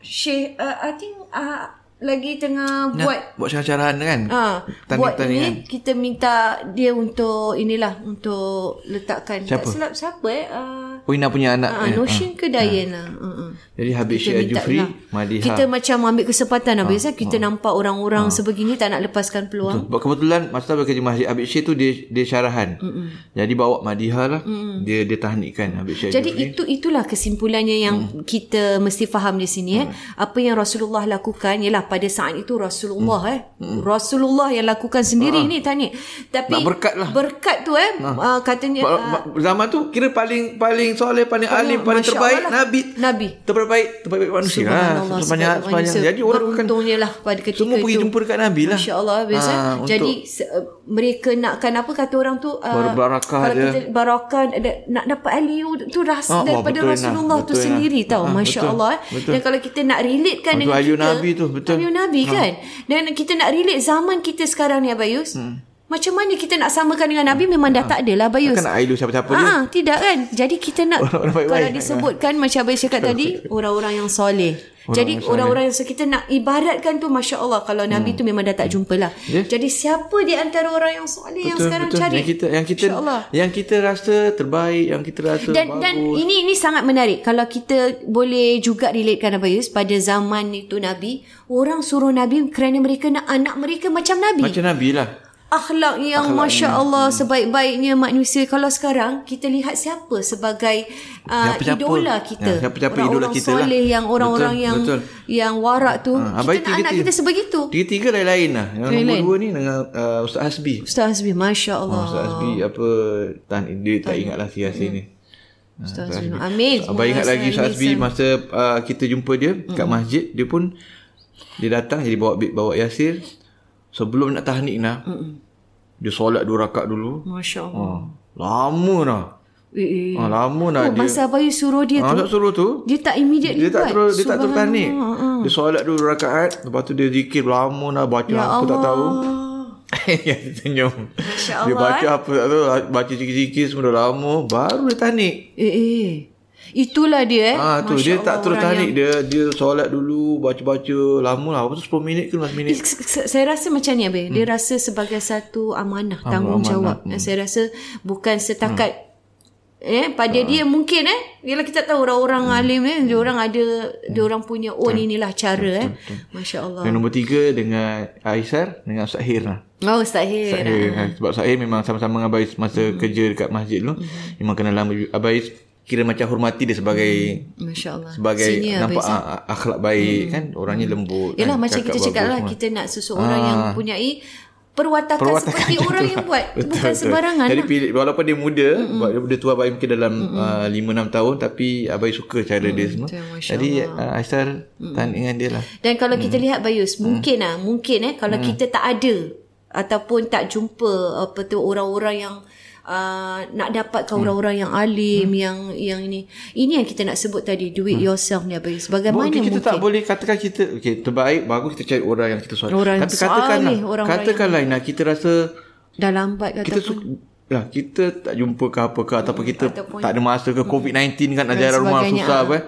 Speaker 1: Syekh uh, I think uh, lagi tengah
Speaker 2: Nak
Speaker 1: buat
Speaker 2: buat syarah-syarahan kan?
Speaker 1: uh, buat
Speaker 2: Tanding-tandingan.
Speaker 1: ni kita minta dia untuk inilah untuk letakkan tak
Speaker 2: Siapa?
Speaker 1: silap siapa eh uh,
Speaker 2: Oh, Ina punya anak.
Speaker 1: Ah,
Speaker 2: eh?
Speaker 1: Notion ke Diana? Ha. Uh-uh.
Speaker 2: Jadi Habib Syed Al-Jufri, Madiha.
Speaker 1: lah.
Speaker 2: Ah,
Speaker 1: Kita macam ambil kesempatan lah. Biasa kita nampak orang-orang sebegini tak nak lepaskan peluang.
Speaker 2: Sebab kebetulan masa bekerja masjid Habib Syed tu dia dia syarahan. Mm-mm. Jadi bawa Madiha lah. Mm-mm. Dia dia tahnikan Habib Syed
Speaker 1: Jadi
Speaker 2: Jufri.
Speaker 1: itu itulah kesimpulannya yang
Speaker 2: Hmm.
Speaker 1: kita mesti faham di sini eh. Apa yang Rasulullah lakukan ialah pada saat itu Rasulullah
Speaker 2: Hmm.
Speaker 1: eh. Rasulullah yang lakukan sendiri ni Tani. Tapi
Speaker 2: Ah. Nak berkat lah.
Speaker 1: Berkat tu eh ah, katanya
Speaker 2: Ba-
Speaker 1: ah,
Speaker 2: ba- zaman tu kira paling paling soleh, paling alim, paling
Speaker 1: Masya
Speaker 2: terbaik
Speaker 1: Allah lah.
Speaker 2: Nabi.
Speaker 1: Nabi.
Speaker 2: Terbaik terbaik manusia.
Speaker 1: Subhanallah,
Speaker 2: Ha, sepanjang
Speaker 1: sebaik
Speaker 2: sepanjang.
Speaker 1: manusia.
Speaker 2: Jadi orang akan
Speaker 1: Beruntungnya lah pada ketika
Speaker 2: semua pergi
Speaker 1: itu.
Speaker 2: jumpa dekat Nabi lah.
Speaker 1: Masya Allah biasa.
Speaker 2: Ah, untuk-
Speaker 1: Jadi se- uh, mereka nakkan apa kata orang tu uh,
Speaker 2: Berbarakah
Speaker 1: kalau
Speaker 2: dia.
Speaker 1: kita barakah da- nak dapat aliu tu rasa
Speaker 2: Ah, wah,
Speaker 1: daripada
Speaker 2: betul, Inah.
Speaker 1: Rasulullah tu
Speaker 2: Betul, Inah.
Speaker 1: sendiri tau.
Speaker 2: Ah,
Speaker 1: Masya
Speaker 2: betul.
Speaker 1: Allah. eh.
Speaker 2: Betul.
Speaker 1: Dan kalau kita nak relate kan
Speaker 2: Betul,
Speaker 1: dengan
Speaker 2: aliu
Speaker 1: kita.
Speaker 2: Nabi tu, betul. Ah.
Speaker 1: Aliu Nabi kan. Dan kita nak relate zaman kita sekarang ni Abayus.
Speaker 2: Hmm.
Speaker 1: Macam mana kita nak samakan dengan Nabi memang dah tak ada lah Abayus.
Speaker 2: Ah. Takkan nak ailu siapa-siapa dia.
Speaker 1: Ah, tidak kan. Jadi kita nak
Speaker 2: Orang-orang baik-baik.
Speaker 1: kalau disebutkan macam Abang cakap tadi, orang-orang yang soleh. Jadi
Speaker 2: yang soleh. Hmm.
Speaker 1: orang-orang yang so kita nak ibaratkan tu masya-Allah kalau Nabi tu memang dah tak jumpa lah.
Speaker 2: Ya.
Speaker 1: Jadi siapa di antara orang yang soleh yang sekarang cari?
Speaker 2: Yang kita yang kita
Speaker 1: Insya-Allah.
Speaker 2: yang kita rasa terbaik, yang kita rasa
Speaker 1: Dan
Speaker 2: bagus.
Speaker 1: dan ini ini sangat menarik kalau kita boleh juga relatekan apa Yus pada zaman itu Nabi, orang suruh Nabi kerana mereka nak anak mereka macam Nabi.
Speaker 2: macam Nabi lah.
Speaker 1: akhlak yang masya Allah
Speaker 2: Hmm.
Speaker 1: sebaik-baiknya manusia kalau sekarang kita lihat siapa sebagai uh,
Speaker 2: Siapa-siapa.
Speaker 1: idola kita
Speaker 2: Ya, siapa-siapa idola
Speaker 1: orang-orang
Speaker 2: kita lah.
Speaker 1: soleh yang orang-orang
Speaker 2: Betul,
Speaker 1: yang
Speaker 2: betul.
Speaker 1: yang warak tu kita
Speaker 2: Ah, abai
Speaker 1: nak
Speaker 2: tiga-
Speaker 1: anak
Speaker 2: tiga.
Speaker 1: kita sebegitu
Speaker 2: Tiga-tiga lain-lain lah. Yang nombor
Speaker 1: Lain-lain.
Speaker 2: dua ni dengan uh, Ustaz Hasbi.
Speaker 1: Ustaz Hasbi masya Allah
Speaker 2: Ustaz Hasbi apa tahan dia tak ingat lah si Yasin ni.
Speaker 1: Ustaz Hasbi amin
Speaker 2: Abang ingat lagi Ustaz Hasbi masa uh, kita jumpa dia kat masjid dia pun dia datang jadi bawa bawa Yasir sebelum nak tahnik nah. Dia solat dua rakaat dulu.
Speaker 1: masya Allah
Speaker 2: Ha. Lama dah.
Speaker 1: eh, eh.
Speaker 2: Ha, lama dah
Speaker 1: Oh,
Speaker 2: dia.
Speaker 1: masa Abayu suruh dia
Speaker 2: Ha,
Speaker 1: tu
Speaker 2: tak suruh tu.
Speaker 1: dia tak immediately
Speaker 2: Dia tak
Speaker 1: buat ah.
Speaker 2: terus dia tak terus tahnik. Dia solat dulu rakaat, lepas tu dia zikir lama dah baca
Speaker 1: Ya
Speaker 2: apa Ah, tak tahu.
Speaker 1: Allah.
Speaker 2: ya, dia senyum.
Speaker 1: Masya
Speaker 2: Dia
Speaker 1: Allah, eh.
Speaker 2: baca apa tak tahu, baca zikir-zikir semua dah lama, baru dia tahnik.
Speaker 1: eh, eh. itulah dia eh
Speaker 2: Ah tu
Speaker 1: Masya
Speaker 2: dia tak
Speaker 1: Allah,
Speaker 2: terus
Speaker 1: orang yang-
Speaker 2: tahnik dia dia solat dulu baca-baca lama lah apa tu 10 minit ke 15 minit.
Speaker 1: saya rasa macam ni Abang.
Speaker 2: Hmm.
Speaker 1: Dia rasa sebagai satu amanah, tanggungjawab. Hmm. Saya rasa bukan setakat
Speaker 2: Hmm.
Speaker 1: eh pada
Speaker 2: Ah.
Speaker 1: dia mungkin eh ialah kita tahu orang-orang alim eh dia
Speaker 2: Hmm.
Speaker 1: orang ada dia orang punya own inilah cara eh. Masya-Allah.
Speaker 2: Dan nombor tiga dengan Aisyar dengan Ustaz Hir lah.
Speaker 1: Oh Ustaz Hir. Mm-hmm.
Speaker 2: Ustaz Hir, ha. Sebab Ustaz Hir memang sama-sama dengan Abais masa kerja dekat masjid dulu. Memang kenal lama juga. Abais kira macam hormati dia sebagai
Speaker 1: Masya-Allah.
Speaker 2: sebagai
Speaker 1: Mm-hmm. Senior
Speaker 2: nampak
Speaker 1: Abang.
Speaker 2: ah, ah, akhlak baik kan orangnya lembut.
Speaker 1: Yalah
Speaker 2: kan,
Speaker 1: macam kita
Speaker 2: bagus
Speaker 1: cakap lah
Speaker 2: semua. Ah.
Speaker 1: kita nak seseorang yang mempunyai perwatakan,
Speaker 2: Perwatakan
Speaker 1: seperti
Speaker 2: macam
Speaker 1: orang
Speaker 2: tu
Speaker 1: yang
Speaker 2: lah.
Speaker 1: buat
Speaker 2: Betul,
Speaker 1: bukan
Speaker 2: betul.
Speaker 1: sembarangan. lah.
Speaker 2: Jadi pilih, walaupun dia muda, mm dia tua bayi mungkin dalam ah, 5-6 tahun tapi abai suka cara dia semua.
Speaker 1: Betul, Masya
Speaker 2: Jadi uh, Aisyar tahan dengan dia lah.
Speaker 1: Dan kalau kita lihat Bayus,
Speaker 2: Hmm.
Speaker 1: mungkin ah, mungkin eh kalau kita tak ada ataupun tak jumpa apa tu orang-orang yang Uh, nak dapatkan
Speaker 2: Hmm.
Speaker 1: orang-orang yang alim yang yang ini ini yang kita nak sebut tadi do it yourself ni Abayus bagaimana
Speaker 2: Hmm. Mungkin kita
Speaker 1: mungkin
Speaker 2: tak boleh katakan kita okay, terbaik bagus kita cari orang yang kita suka.
Speaker 1: Orang yang
Speaker 2: Tapi katakanlah
Speaker 1: soleh, orang-orang
Speaker 2: katakanlah Ina kita rasa
Speaker 1: dah lambat
Speaker 2: kita
Speaker 1: kata
Speaker 2: suka lah kita tak jumpa ke apa ke ataupun kita
Speaker 1: ataupun-
Speaker 2: tak ada masa ke COVID-19 kan ajaran rumah
Speaker 1: sebagainya, ah.
Speaker 2: susah apa. eh.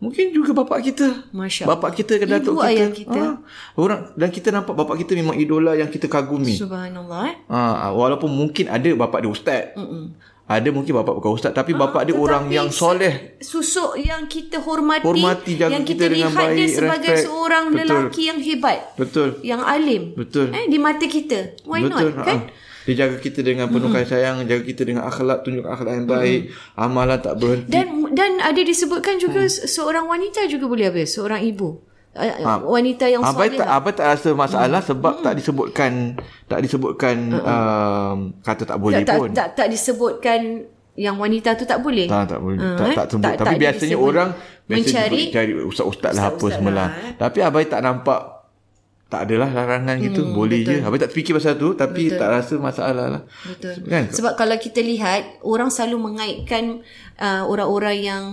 Speaker 2: Mungkin juga bapak kita.
Speaker 1: Masya
Speaker 2: bapak kita ke
Speaker 1: Ibu
Speaker 2: datuk kita.
Speaker 1: ayah kita.
Speaker 2: Ah, orang dan kita nampak bapak kita memang idola yang kita kagumi.
Speaker 1: subhanallah eh
Speaker 2: Ha, walaupun mungkin ada bapak dia ustaz. Mm-mm. Ada mungkin bapak bukan ustaz tapi bapak dia
Speaker 1: Ah,
Speaker 2: orang
Speaker 1: tetapi
Speaker 2: yang
Speaker 1: se-
Speaker 2: soleh.
Speaker 1: susuk yang kita hormati,
Speaker 2: Hormati, jaga
Speaker 1: yang
Speaker 2: kita
Speaker 1: kita,
Speaker 2: dengan
Speaker 1: lihat dia
Speaker 2: baik,
Speaker 1: sebagai
Speaker 2: respect.
Speaker 1: seorang
Speaker 2: Betul.
Speaker 1: lelaki yang hebat
Speaker 2: Betul.
Speaker 1: yang alim
Speaker 2: Betul.
Speaker 1: eh di mata kita why
Speaker 2: Betul.
Speaker 1: not
Speaker 2: ha.
Speaker 1: kan
Speaker 2: Dia jaga kita dengan penuh kasih sayang, jaga kita dengan akhlak, tunjuk akhlak yang baik, amalan tak berhenti.
Speaker 1: Dan dan ada disebutkan juga hmm. seorang wanita juga boleh habis, seorang ibu. Ha. Wanita yang lah.
Speaker 2: Abai
Speaker 1: soleh.
Speaker 2: tak abai tak rasa masalah sebab tak disebutkan tak disebutkan um, kata tak boleh
Speaker 1: tak, tak,
Speaker 2: pun. Ha,
Speaker 1: tak tak disebutkan yang wanita tu tak boleh.
Speaker 2: Tak tak boleh.
Speaker 1: Ah,
Speaker 2: tak
Speaker 1: eh?
Speaker 2: tak sebut. Tapi
Speaker 1: dia
Speaker 2: biasanya
Speaker 1: disebut.
Speaker 2: orang biasanya
Speaker 1: mencari
Speaker 2: sebut cari ustaz-ustaz lah apa
Speaker 1: ustaz-ustaz
Speaker 2: semula.
Speaker 1: lah, eh.
Speaker 2: Tapi abai tak nampak tak adalah larangan gitu
Speaker 1: Mm,
Speaker 2: boleh betul. je habis tak terfikir pasal tu tapi betul. tak rasa masalah lah
Speaker 1: Betul.
Speaker 2: kan
Speaker 1: Sebab kalau kita lihat orang selalu mengaitkan uh, orang-orang yang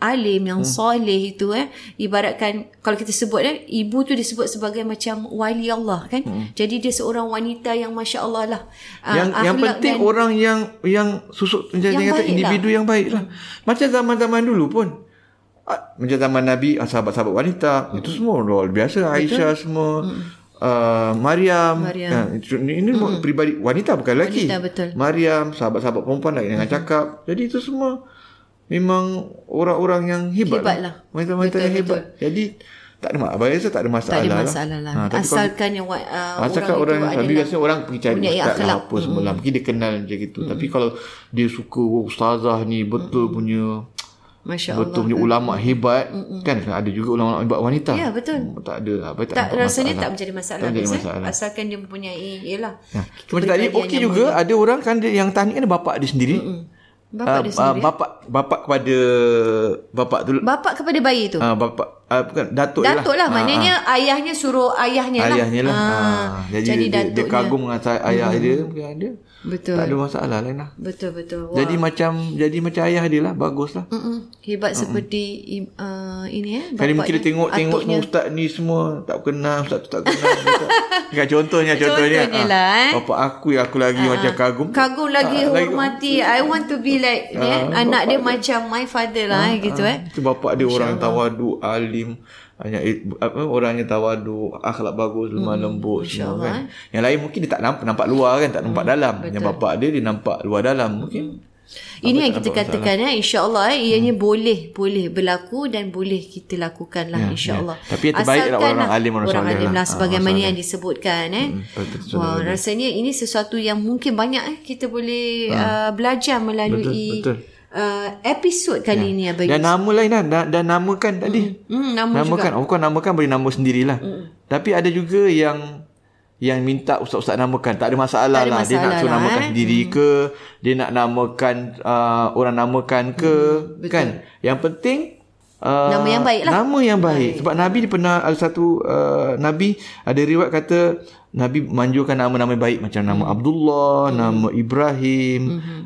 Speaker 1: alim yang hmm. soleh itu eh ibaratkan kalau kita sebut eh ibu tu disebut sebagai macam wali Allah kan. Hmm. Jadi dia seorang wanita yang masya-Allah lah. Uh,
Speaker 2: yang yang
Speaker 1: akhlak
Speaker 2: penting
Speaker 1: dan-
Speaker 2: orang yang yang susuk macam
Speaker 1: Yang
Speaker 2: yang kata
Speaker 1: baik lah.
Speaker 2: individu yang baik lah macam zaman-zaman dulu pun Ah, macam zaman Nabi ah, sahabat-sahabat
Speaker 1: Hmm.
Speaker 2: wanita itu semua luar biasa Aisyah semua Uh, Mariam,
Speaker 1: Mariam.
Speaker 2: Ah, itu- ini, ini peribadi wanita bukan lelaki
Speaker 1: Hmm. Wanita, betul. Hmm.
Speaker 2: Mariam sahabat-sahabat perempuan lagi dengan cakap jadi itu semua memang orang-orang yang hebat, lah.
Speaker 1: Hebat lah.
Speaker 2: wanita-wanita
Speaker 1: Betul,
Speaker 2: yang hebat jadi tak ada masalah saya tak ada masalah
Speaker 1: tak ada
Speaker 2: lah.
Speaker 1: masalah lah.
Speaker 2: Ah, tapi kalau-
Speaker 1: Asalkan yang wa- uh,
Speaker 2: Ah, cakap
Speaker 1: orang,
Speaker 2: orang,
Speaker 1: itu
Speaker 2: orang
Speaker 1: ya,
Speaker 2: Tapi
Speaker 1: adalah
Speaker 2: biasanya orang pergi cari
Speaker 1: mempunyai
Speaker 2: ustaz lah
Speaker 1: akhlak.
Speaker 2: apa semua
Speaker 1: Hmm.
Speaker 2: lah. Mungkin dia kenal macam gitu. Tapi kalau dia suka oh, ustazah ni betul
Speaker 1: Hmm.
Speaker 2: punya
Speaker 1: Ya masya-Allah.
Speaker 2: betul punya ulama hebat kan ada juga ulama hebat wanita.
Speaker 1: Hmm. Ya, betul.
Speaker 2: Hmm, Tak ada apa tak,
Speaker 1: tak
Speaker 2: nampak
Speaker 1: rasanya
Speaker 2: masalah.
Speaker 1: tak menjadi masalah.
Speaker 2: Tak menjadi
Speaker 1: Ustaz.
Speaker 2: masalah.
Speaker 1: Asalkan dia mempunyai yalah.
Speaker 2: Cuma tadi okey juga ada orang kan dia, yang tahniah ada bapak dia sendiri. Ah,
Speaker 1: Bapak dia sendiri. ya?
Speaker 2: bapak bapak kepada bapak tu
Speaker 1: Bapak kepada bayi tu.
Speaker 2: ah, bapak ah, bukan datuk je
Speaker 1: Datuk lah
Speaker 2: Ah,
Speaker 1: maknanya ayahnya suruh ayahnya,
Speaker 2: ayahnya lah.
Speaker 1: Ah,
Speaker 2: Ah, jadi,
Speaker 1: jadi
Speaker 2: dia, dia
Speaker 1: datuknya.
Speaker 2: kagum dengan sa- ayah dia, mungkin ada.
Speaker 1: Betul.
Speaker 2: Tak ada masalah lain lah.
Speaker 1: Betul betul. Wah.
Speaker 2: Jadi macam jadi macam ayah dia lah, bagus lah.
Speaker 1: Mm-mm. Hebat seperti im- uh, ini eh. bapak
Speaker 2: Kali mungkin dia
Speaker 1: ni,
Speaker 2: tengok-tengok
Speaker 1: atuknya.
Speaker 2: semua ustaz ni semua tak kenal, ustaz tu tak kenal. dia tak- Kan contohnya, contohnya. Ah.
Speaker 1: Contohnya lah, eh. Ah,
Speaker 2: Bapak aku yang aku lagi macam kagum.
Speaker 1: Kagum lagi
Speaker 2: Ah, lagi- Ah,
Speaker 1: hormati. I want to be like eh, anak dia macam my father lah eh, gitu eh.
Speaker 2: Itu bapak dia orang tawadu, alim. Hanya apa orang yang tawadu, akhlak bagus,
Speaker 1: Hmm,
Speaker 2: lemah lembut semua
Speaker 1: eh.
Speaker 2: kan. Yang lain mungkin dia tak nampak, nampak luar kan, tak
Speaker 1: Hmm,
Speaker 2: nampak dalam. Yang bapak dia dia nampak luar dalam mungkin.
Speaker 1: Ini yang kita katakan eh insyaallah eh ianya
Speaker 2: Hmm.
Speaker 1: boleh boleh berlaku dan boleh kita lakukan lah insyaallah.
Speaker 2: Ya, Tapi yang terbaik lah
Speaker 1: Asalkan
Speaker 2: orang alim, orang
Speaker 1: orang alim
Speaker 2: soleh lah.
Speaker 1: lah
Speaker 2: Ah, Hmm,
Speaker 1: sebagaimana
Speaker 2: orang soleh.
Speaker 1: yang disebutkan eh.
Speaker 2: betul, betul,
Speaker 1: Wah, rasanya ini sesuatu yang mungkin banyak eh kita boleh uh, belajar melalui
Speaker 2: Ah. Betul, betul.
Speaker 1: Uh, episod kali ini ya bagi.
Speaker 2: Dan nama lain lah. Dan, dan nama kan tadi.
Speaker 1: Hmm, nama,
Speaker 2: nama
Speaker 1: juga.
Speaker 2: kan of course nama kan boleh nama sendirilah mm. tapi ada juga yang yang minta ustaz-ustaz namakan tak ada masalah
Speaker 1: Tak ada
Speaker 2: lah dia nak
Speaker 1: masalah
Speaker 2: suruh
Speaker 1: lah,
Speaker 2: namakan
Speaker 1: eh.
Speaker 2: sendiri ke dia nak namakan uh, orang namakan ke kan yang penting
Speaker 1: Mm,
Speaker 2: uh,
Speaker 1: Nama yang baik lah.
Speaker 2: Nama yang baik. Sebab Nabi dia pernah ada satu uh, Nabi ada riwayat kata Nabi manjurkan nama-nama baik macam
Speaker 1: Hmm.
Speaker 2: nama Abdullah, nama Ibrahim,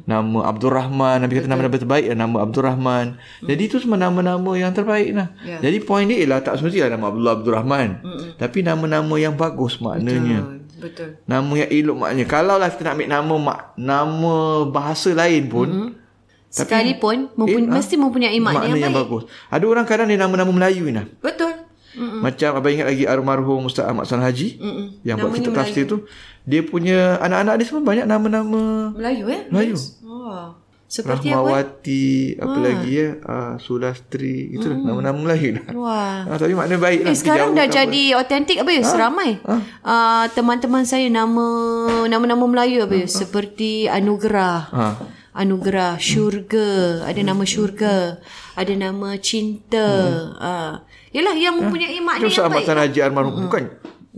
Speaker 2: nama Abdul Rahman. Nabi kata nama-nama terbaik adalah nama Abdul Rahman. Jadi itu semua nama-nama yang terbaik lah.
Speaker 1: Hmm. Ya. Hmm.
Speaker 2: Jadi poin dia ialah tak semestilah nama Abdullah Abdul Rahman. Tapi nama-nama yang bagus
Speaker 1: Betul,
Speaker 2: maknanya.
Speaker 1: Hmm, Betul.
Speaker 2: Nama yang elok maknanya. Kalau lah kita nak ambil nama mak, nama bahasa lain pun
Speaker 1: Hmm. Sekalipun mumpun,
Speaker 2: eh, ah,
Speaker 1: mesti mempunyai makna yang, baik.
Speaker 2: bagus. Ada orang kadang dia nama-nama Melayu ni lah.
Speaker 1: Betul.
Speaker 2: Mm-mm. Macam abang ingat lagi almarhum Ustaz Ahmad San Haji
Speaker 1: Mm. Mm-mm.
Speaker 2: yang buat kitab tafsir tu, dia punya anak-anak dia semua banyak nama-nama
Speaker 1: Melayu eh?
Speaker 2: Melayu.
Speaker 1: Wah. Seperti apa? Ah.
Speaker 2: Rahmawati, apa lagi ya, uh, Sulastri, itulah nama-nama Melayu lah.
Speaker 1: Wah.
Speaker 2: Ah, tapi makna baik lah.
Speaker 1: Eh, sekarang dah
Speaker 2: dijauhkan
Speaker 1: jadi autentik apa ya?
Speaker 2: Ha?
Speaker 1: Ramai. Ah, teman-teman saya nama nama-nama Melayu apa ya? Seperti Anugerah.
Speaker 2: Ha.
Speaker 1: Anugerah, syurga, ada nama syurga, ada nama cinta.
Speaker 2: Hmm.
Speaker 1: Ah. Yalah yang
Speaker 2: Ha?
Speaker 1: mempunyai makna
Speaker 2: Macam Ustaz
Speaker 1: yang
Speaker 2: Ahmad
Speaker 1: baik. lah.
Speaker 2: San Haji almarhum bukan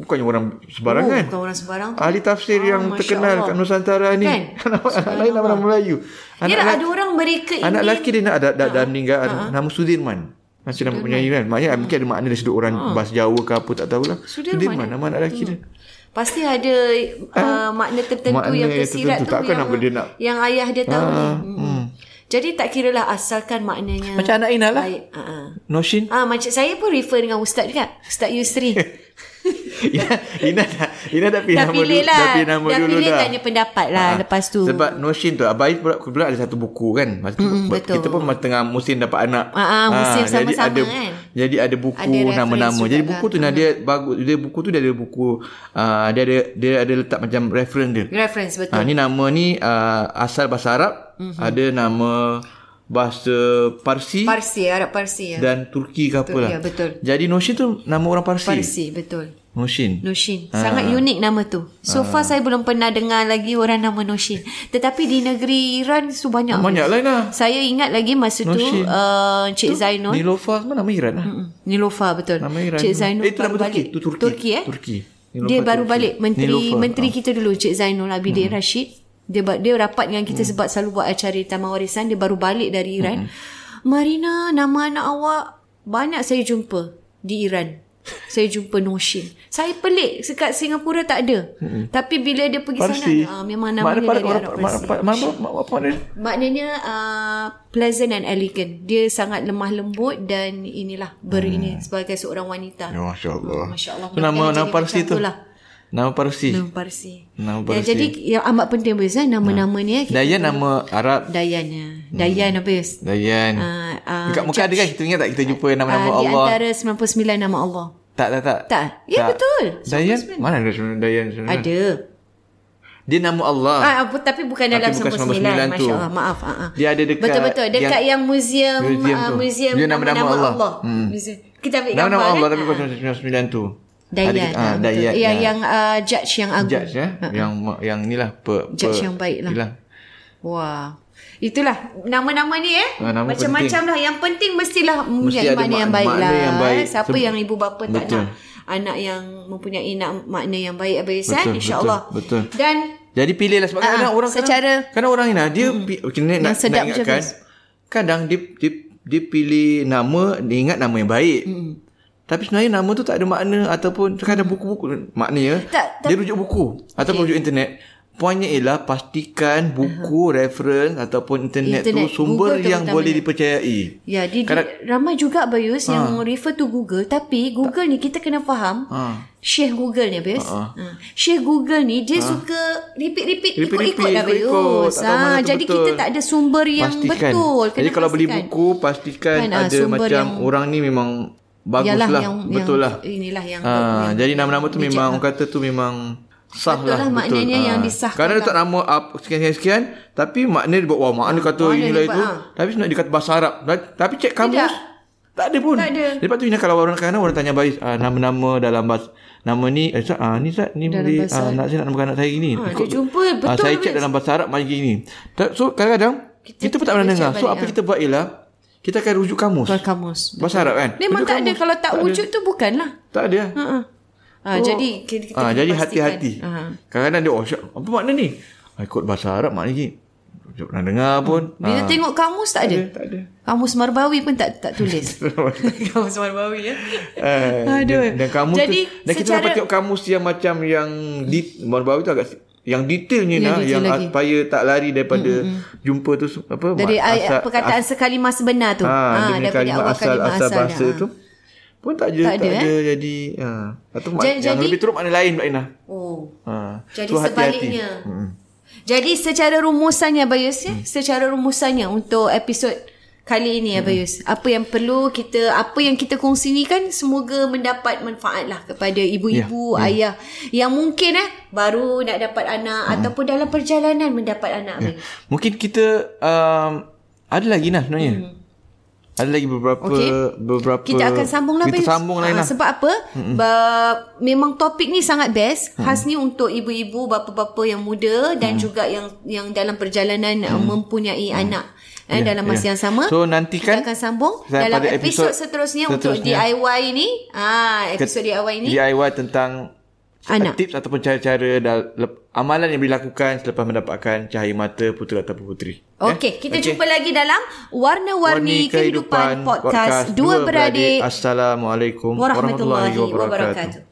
Speaker 2: bukan orang sebarangan.
Speaker 1: Bukan orang sebarang tu.
Speaker 2: Ahli tafsir yang
Speaker 1: Oh, Masya
Speaker 2: terkenal
Speaker 1: Allah.
Speaker 2: kat Nusantara ni.
Speaker 1: Kan?
Speaker 2: Anak-anak lain nama-nama Melayu.
Speaker 1: Yalah
Speaker 2: Anak-anak
Speaker 1: ada orang mereka ini.
Speaker 2: Anak lelaki dia nak dah, dah,
Speaker 1: Ah,
Speaker 2: dah meninggal ada- nama Sudirman. Masih nama penyanyi kan. Maknanya mungkin ada makna dari sudut orang bahasa Jawa ke apa tak tahulah.
Speaker 1: Ah. Sudirman, eh?
Speaker 2: nama anak lelaki dia.
Speaker 1: Pasti ada uh, makna tertentu
Speaker 2: Ha? Makna
Speaker 1: yang
Speaker 2: yang
Speaker 1: tersirat tu
Speaker 2: tertentu. Takkan
Speaker 1: yang,
Speaker 2: apa dia nak- Ha,
Speaker 1: yang ayah dia tahu ni. Hmm. Jadi tak kiralah asalkan maknanya.
Speaker 2: Macam anak Ina lah.
Speaker 1: Baik. Ah, ah.
Speaker 2: Noshin.
Speaker 1: Ah macam saya pun refer dengan ustaz juga. Ustaz Yusri.
Speaker 2: Ina, Ina dah Ina dah
Speaker 1: dah
Speaker 2: pilih Ya, nama
Speaker 1: pilih
Speaker 2: dulu.
Speaker 1: lah.
Speaker 2: Dah pilih nama dulu
Speaker 1: pilih
Speaker 2: dah.
Speaker 1: tanya pendapat lah
Speaker 2: Ah,
Speaker 1: lepas tu.
Speaker 2: Sebab Noshin tu Abai pula, pula ada satu buku kan Masa tu,
Speaker 1: Mm-mm, betul.
Speaker 2: Kita pun masa tengah musim dapat anak
Speaker 1: Ah, ah, musim
Speaker 2: Ah, jadi
Speaker 1: sama-sama
Speaker 2: ada,
Speaker 1: kan.
Speaker 2: Jadi ada buku
Speaker 1: Ada reference
Speaker 2: nama-nama
Speaker 1: juga kan?
Speaker 2: Jadi buku tu nah, dia bagus dia Buku tu dia ada buku ah, Dia ada dia ada letak macam reference dia
Speaker 1: reference betul.
Speaker 2: ha, Ni nama ni ah, Asal bahasa Arab Ada nama Bahasa Parsi,
Speaker 1: Mhm. Parsi, Arab Parsi ya.
Speaker 2: Dan Turki ke
Speaker 1: ya,
Speaker 2: apalah
Speaker 1: betul.
Speaker 2: Jadi Noshin tu nama orang Parsi,
Speaker 1: Parsi betul.
Speaker 2: Noshin
Speaker 1: Noshin.
Speaker 2: Ah.
Speaker 1: Sangat unik nama tu. So far saya belum pernah dengar lagi orang nama Noshin. Tetapi di negeri Iran tu banyak.
Speaker 2: Banyak lain lah
Speaker 1: Saya ingat lagi masa tu
Speaker 2: Noshin.
Speaker 1: uh, Cik Zainul Hmm,
Speaker 2: Nilofa semua nama Iran lah
Speaker 1: Nilofa betul.
Speaker 2: Nama Iran.
Speaker 1: Mm. Cik Zainul
Speaker 2: Eh, itu
Speaker 1: baru
Speaker 2: nama Turki.
Speaker 1: balik.
Speaker 2: Itu Turki.
Speaker 1: Turki eh?
Speaker 2: Turki. Nilofa
Speaker 1: Dia baru
Speaker 2: Turki.
Speaker 1: balik menteri
Speaker 2: Nilofa.
Speaker 1: menteri kita dulu Cik Zainul Abidin ah. hmm. Rashid. Dia ba- dia rapat dengan kita sebab selalu buat acara di Taman Warisan dia baru balik Hmm. dari Iran. Marina nama anak awak banyak saya jumpa di Iran. Saya jumpa Notion. Saya pelik dekat Singapura tak ada. Hmm. Tapi bila dia pergi
Speaker 2: Parsi.
Speaker 1: sana, ah, memang nama
Speaker 2: Makna
Speaker 1: dia
Speaker 2: pada
Speaker 1: dari
Speaker 2: orang
Speaker 1: Arab
Speaker 2: makna
Speaker 1: Parsi.
Speaker 2: pada- makna apa- apa makna dia?
Speaker 1: Maknanya uh, pleasant and elegant. Dia sangat lemah lembut dan inilah berini sebagai seorang wanita.
Speaker 2: Ya, Masya Allah.
Speaker 1: Ah, Masya Allah.
Speaker 2: Tu nama,
Speaker 1: Mungkin
Speaker 2: nama
Speaker 1: jadi
Speaker 2: Parsi
Speaker 1: macam
Speaker 2: tu.
Speaker 1: itulah.
Speaker 2: Nama Parsi.
Speaker 1: Nama Parsi.
Speaker 2: Nama
Speaker 1: Ya,
Speaker 2: Parsi.
Speaker 1: jadi yang amat penting biasa nama-nama ni. eh, kita-
Speaker 2: Dayan nama Arab.
Speaker 1: Dayan. ya.
Speaker 2: Hmm.
Speaker 1: Dayan apa ya?
Speaker 2: Dayan.
Speaker 1: Ah, ah,
Speaker 2: Dekat Mekah ada kan? Kita ingat tak kita jumpa nama-nama
Speaker 1: Ah, di
Speaker 2: Allah?
Speaker 1: antara 99 nama Allah.
Speaker 2: Tak, tak, tak.
Speaker 1: Tak. Ya, betul.
Speaker 2: Dayan? Mana ada sebenarnya Dayan? sebenarnya?
Speaker 1: Ada.
Speaker 2: Dia nama Allah.
Speaker 1: Ah, ah, tapi bukan dalam
Speaker 2: bukan
Speaker 1: 99,
Speaker 2: 99 tu.
Speaker 1: Masya Allah, maaf. Ah, ah.
Speaker 2: Dia ada dekat...
Speaker 1: Betul betul dekat yang, yang museum
Speaker 2: museum
Speaker 1: museum,
Speaker 2: tu.
Speaker 1: uh, museum
Speaker 2: Dia nama-nama Allah. Hmm.
Speaker 1: Museum. Kita ambil gambar
Speaker 2: Nama-nama Allah
Speaker 1: kan.
Speaker 2: tapi
Speaker 1: Ah,
Speaker 2: pasal 99 tu.
Speaker 1: Dayat.
Speaker 2: Ada- ah,
Speaker 1: ah, betul.
Speaker 2: Dayat.
Speaker 1: Ya,
Speaker 2: yang-
Speaker 1: yang uh, judge yang agung.
Speaker 2: judge ya. Yang yang inilah pe, pe
Speaker 1: Judge yang baik lah.
Speaker 2: Inilah.
Speaker 1: Wah. Itulah nama-nama ni eh.
Speaker 2: Ah, nama
Speaker 1: Macam-macam lah. Yang penting mestilah
Speaker 2: Mesti
Speaker 1: mempunyai
Speaker 2: ada
Speaker 1: makna yang
Speaker 2: mak-
Speaker 1: baik
Speaker 2: makna
Speaker 1: lah.
Speaker 2: yang baik.
Speaker 1: eh. Siapa
Speaker 2: Seb-
Speaker 1: yang ibu bapa tak
Speaker 2: Betul.
Speaker 1: nak anak yang mempunyai nak makna yang baik habis eh
Speaker 2: Betul,
Speaker 1: insya-Allah.
Speaker 2: betul, betul.
Speaker 1: Dan
Speaker 2: Jadi pilihlah sebab
Speaker 1: Ah,
Speaker 2: kadang orang
Speaker 1: secara-
Speaker 2: kadang, kadang orang ni lah dia pi- kena nak, nak
Speaker 1: sedap je,
Speaker 2: ingatkan.
Speaker 1: Fiz.
Speaker 2: Kadang dia, dia dia pilih nama dia ingat nama yang baik. Hmm. Tapi sebenarnya nama tu tak ada makna ataupun kadang buku-buku maknanya
Speaker 1: Tak,
Speaker 2: dia rujuk buku ataupun rujuk internet. Poinnya ialah pastikan buku, reference ataupun internet,
Speaker 1: Internet,
Speaker 2: tu
Speaker 1: Google
Speaker 2: sumber
Speaker 1: tu
Speaker 2: yang
Speaker 1: utamanya.
Speaker 2: boleh dipercayai.
Speaker 1: ya di, di,
Speaker 2: Kadang- Ah.
Speaker 1: ramai juga Bayus ha. yang refer to Google tapi Google ni kita kena faham.
Speaker 2: Ha.
Speaker 1: Syekh Google ni Bayus.
Speaker 2: Ah,
Speaker 1: Ha. Syekh Google ni dia suka repeat-repeat
Speaker 2: Repeat-repat,
Speaker 1: ikut-ikut dah Bayus.
Speaker 2: Ah. ikut-ikut. Tak tahu mana
Speaker 1: ha.
Speaker 2: tu
Speaker 1: jadi
Speaker 2: betul.
Speaker 1: kita tak ada sumber yang betul. Kena
Speaker 2: Jadi kalau beli
Speaker 1: pastikan.
Speaker 2: buku pastikan
Speaker 1: Kan, ah,
Speaker 2: ada
Speaker 1: sumber
Speaker 2: macam
Speaker 1: yang-
Speaker 2: orang ni memang baguslah. betul lah.
Speaker 1: Inilah yang,
Speaker 2: Ah,
Speaker 1: yang
Speaker 2: jadi nama-nama tu
Speaker 1: bijak lah.
Speaker 2: memang orang kata tu memang sah
Speaker 1: Betul lah,
Speaker 2: lah,
Speaker 1: maknanya
Speaker 2: Ah.
Speaker 1: yang disahkan lah.
Speaker 2: Kadang dia tak nama up sekian-sekian tapi makna dia buat wah makna dia kata
Speaker 1: makna dia
Speaker 2: inilah
Speaker 1: buat,
Speaker 2: itu.
Speaker 1: ah.
Speaker 2: Tapi sebenarnya dia kata bahasa Arab. Dan- Tapi cek kamus
Speaker 1: Tidak.
Speaker 2: tak ada pun.
Speaker 1: Tak ada.
Speaker 2: Lepas tu ini kalau orang kadang orang tanya baik ah, nama-nama dalam bahasa nama ni eh, Ustaz, ah, ni Ustaz ni
Speaker 1: Dalam
Speaker 2: boleh
Speaker 1: bahasa
Speaker 2: ah, nak saya nak nama anak saya gini.
Speaker 1: Ha, dia jumpa,
Speaker 2: ah,
Speaker 1: betul
Speaker 2: saya cek
Speaker 1: best.
Speaker 2: dalam bahasa Arab macam gini. Tak- So kadang-kadang kita,
Speaker 1: Kita
Speaker 2: pun tak pernah
Speaker 1: boleh cek
Speaker 2: dengar. So
Speaker 1: balik,
Speaker 2: apa
Speaker 1: ah.
Speaker 2: kita buat ialah kita akan rujuk kamus.
Speaker 1: Keluar kamus.
Speaker 2: Bahasa Arab kan?
Speaker 1: Memang
Speaker 2: Rujuk
Speaker 1: tak ada
Speaker 2: kamus.
Speaker 1: kalau tak, wujud tu bukanlah.
Speaker 2: Tak ada.
Speaker 1: Ha. Ha. Ha,
Speaker 2: So,
Speaker 1: jadi kita, kita
Speaker 2: ah,
Speaker 1: kena
Speaker 2: jadi
Speaker 1: pastikan.
Speaker 2: hati-hati.
Speaker 1: Ha.
Speaker 2: Kadang-kadang dia oh, syak, apa makna ni? Ah, Ikut bahasa Arab maknanya ni. Tak pernah dengar pun.
Speaker 1: Bila
Speaker 2: Ah,
Speaker 1: tengok kamus tak ada.
Speaker 2: tak ada.
Speaker 1: Kamus Marbawi pun tak tak tulis. kamus Marbawi ya.
Speaker 2: Eh,
Speaker 1: Aduh.
Speaker 2: Dan, dan kamu
Speaker 1: Jadi,
Speaker 2: tu, dan kita
Speaker 1: secara-
Speaker 2: dapat tengok kamus yang macam yang di Marbawi tu agak yang detailnya
Speaker 1: Yang
Speaker 2: yang,
Speaker 1: detail
Speaker 2: yang
Speaker 1: lagi.
Speaker 2: supaya tak lari daripada jumpa tu se- apa
Speaker 1: Dari
Speaker 2: mak-
Speaker 1: ay-
Speaker 2: asal-
Speaker 1: perkataan sekalimah sebenar tu.
Speaker 2: ha, dia punya
Speaker 1: daripada
Speaker 2: kalimah
Speaker 1: awal
Speaker 2: asal,
Speaker 1: kalimah
Speaker 2: asal
Speaker 1: asalnya.
Speaker 2: bahasa
Speaker 1: Ha.
Speaker 2: tu pun tak ada
Speaker 1: Tak
Speaker 2: tak,
Speaker 1: ada,
Speaker 2: ada, jadi ha. Atau mak-
Speaker 1: Jadi-
Speaker 2: yang
Speaker 1: jadi-
Speaker 2: lebih teruk makna lain Mbak Ina
Speaker 1: Oh.
Speaker 2: ha.
Speaker 1: Jadi
Speaker 2: Tu hati-hati.
Speaker 1: sebaliknya. Jadi secara rumusannya Abayus
Speaker 2: Hmm.
Speaker 1: ya, secara rumusannya untuk episod kali ini
Speaker 2: Hmm.
Speaker 1: Abayus, apa yang perlu kita apa yang kita kongsi ni kan semoga mendapat manfaat lah kepada ibu-ibu,
Speaker 2: Ya, ya.
Speaker 1: ayah yang mungkin eh baru nak dapat anak
Speaker 2: Hmm.
Speaker 1: ataupun dalam perjalanan mendapat anak
Speaker 2: Ya.
Speaker 1: Abayus.
Speaker 2: Mungkin kita um, ada lagi nah sebenarnya. Hmm. Ada lagi beberapa
Speaker 1: Okey.
Speaker 2: okay. beberapa
Speaker 1: Kita akan sambung lah
Speaker 2: Kita
Speaker 1: Bayus.
Speaker 2: sambung lain
Speaker 1: Ah,
Speaker 2: lah.
Speaker 1: Sebab apa? Ba- memang topik ni sangat best. Khas ni untuk ibu-ibu, bapa-bapa yang muda dan juga yang yang dalam perjalanan uh, mempunyai anak. Eh, dalam masa yang sama.
Speaker 2: Ya, So nantikan
Speaker 1: kita akan sambung
Speaker 2: Saya
Speaker 1: dalam
Speaker 2: pada
Speaker 1: episod,
Speaker 2: episod
Speaker 1: seterusnya, untuk
Speaker 2: seterusnya. Ya,
Speaker 1: DIY ni. Ah, episod DIY ni
Speaker 2: DIY tentang
Speaker 1: Anak.
Speaker 2: anak. tips ataupun cara-cara dal- lep- amalan yang boleh dilakukan selepas mendapatkan cahaya mata putera ataupun puteri.
Speaker 1: Okey, kita jumpa lagi dalam Warna-Warni Kehidupan, Podcast, Dua Beradik
Speaker 2: Assalamualaikum warahmatullahi,
Speaker 1: Warahmatullahi
Speaker 2: wabarakatuh.
Speaker 1: Wabarakatuh.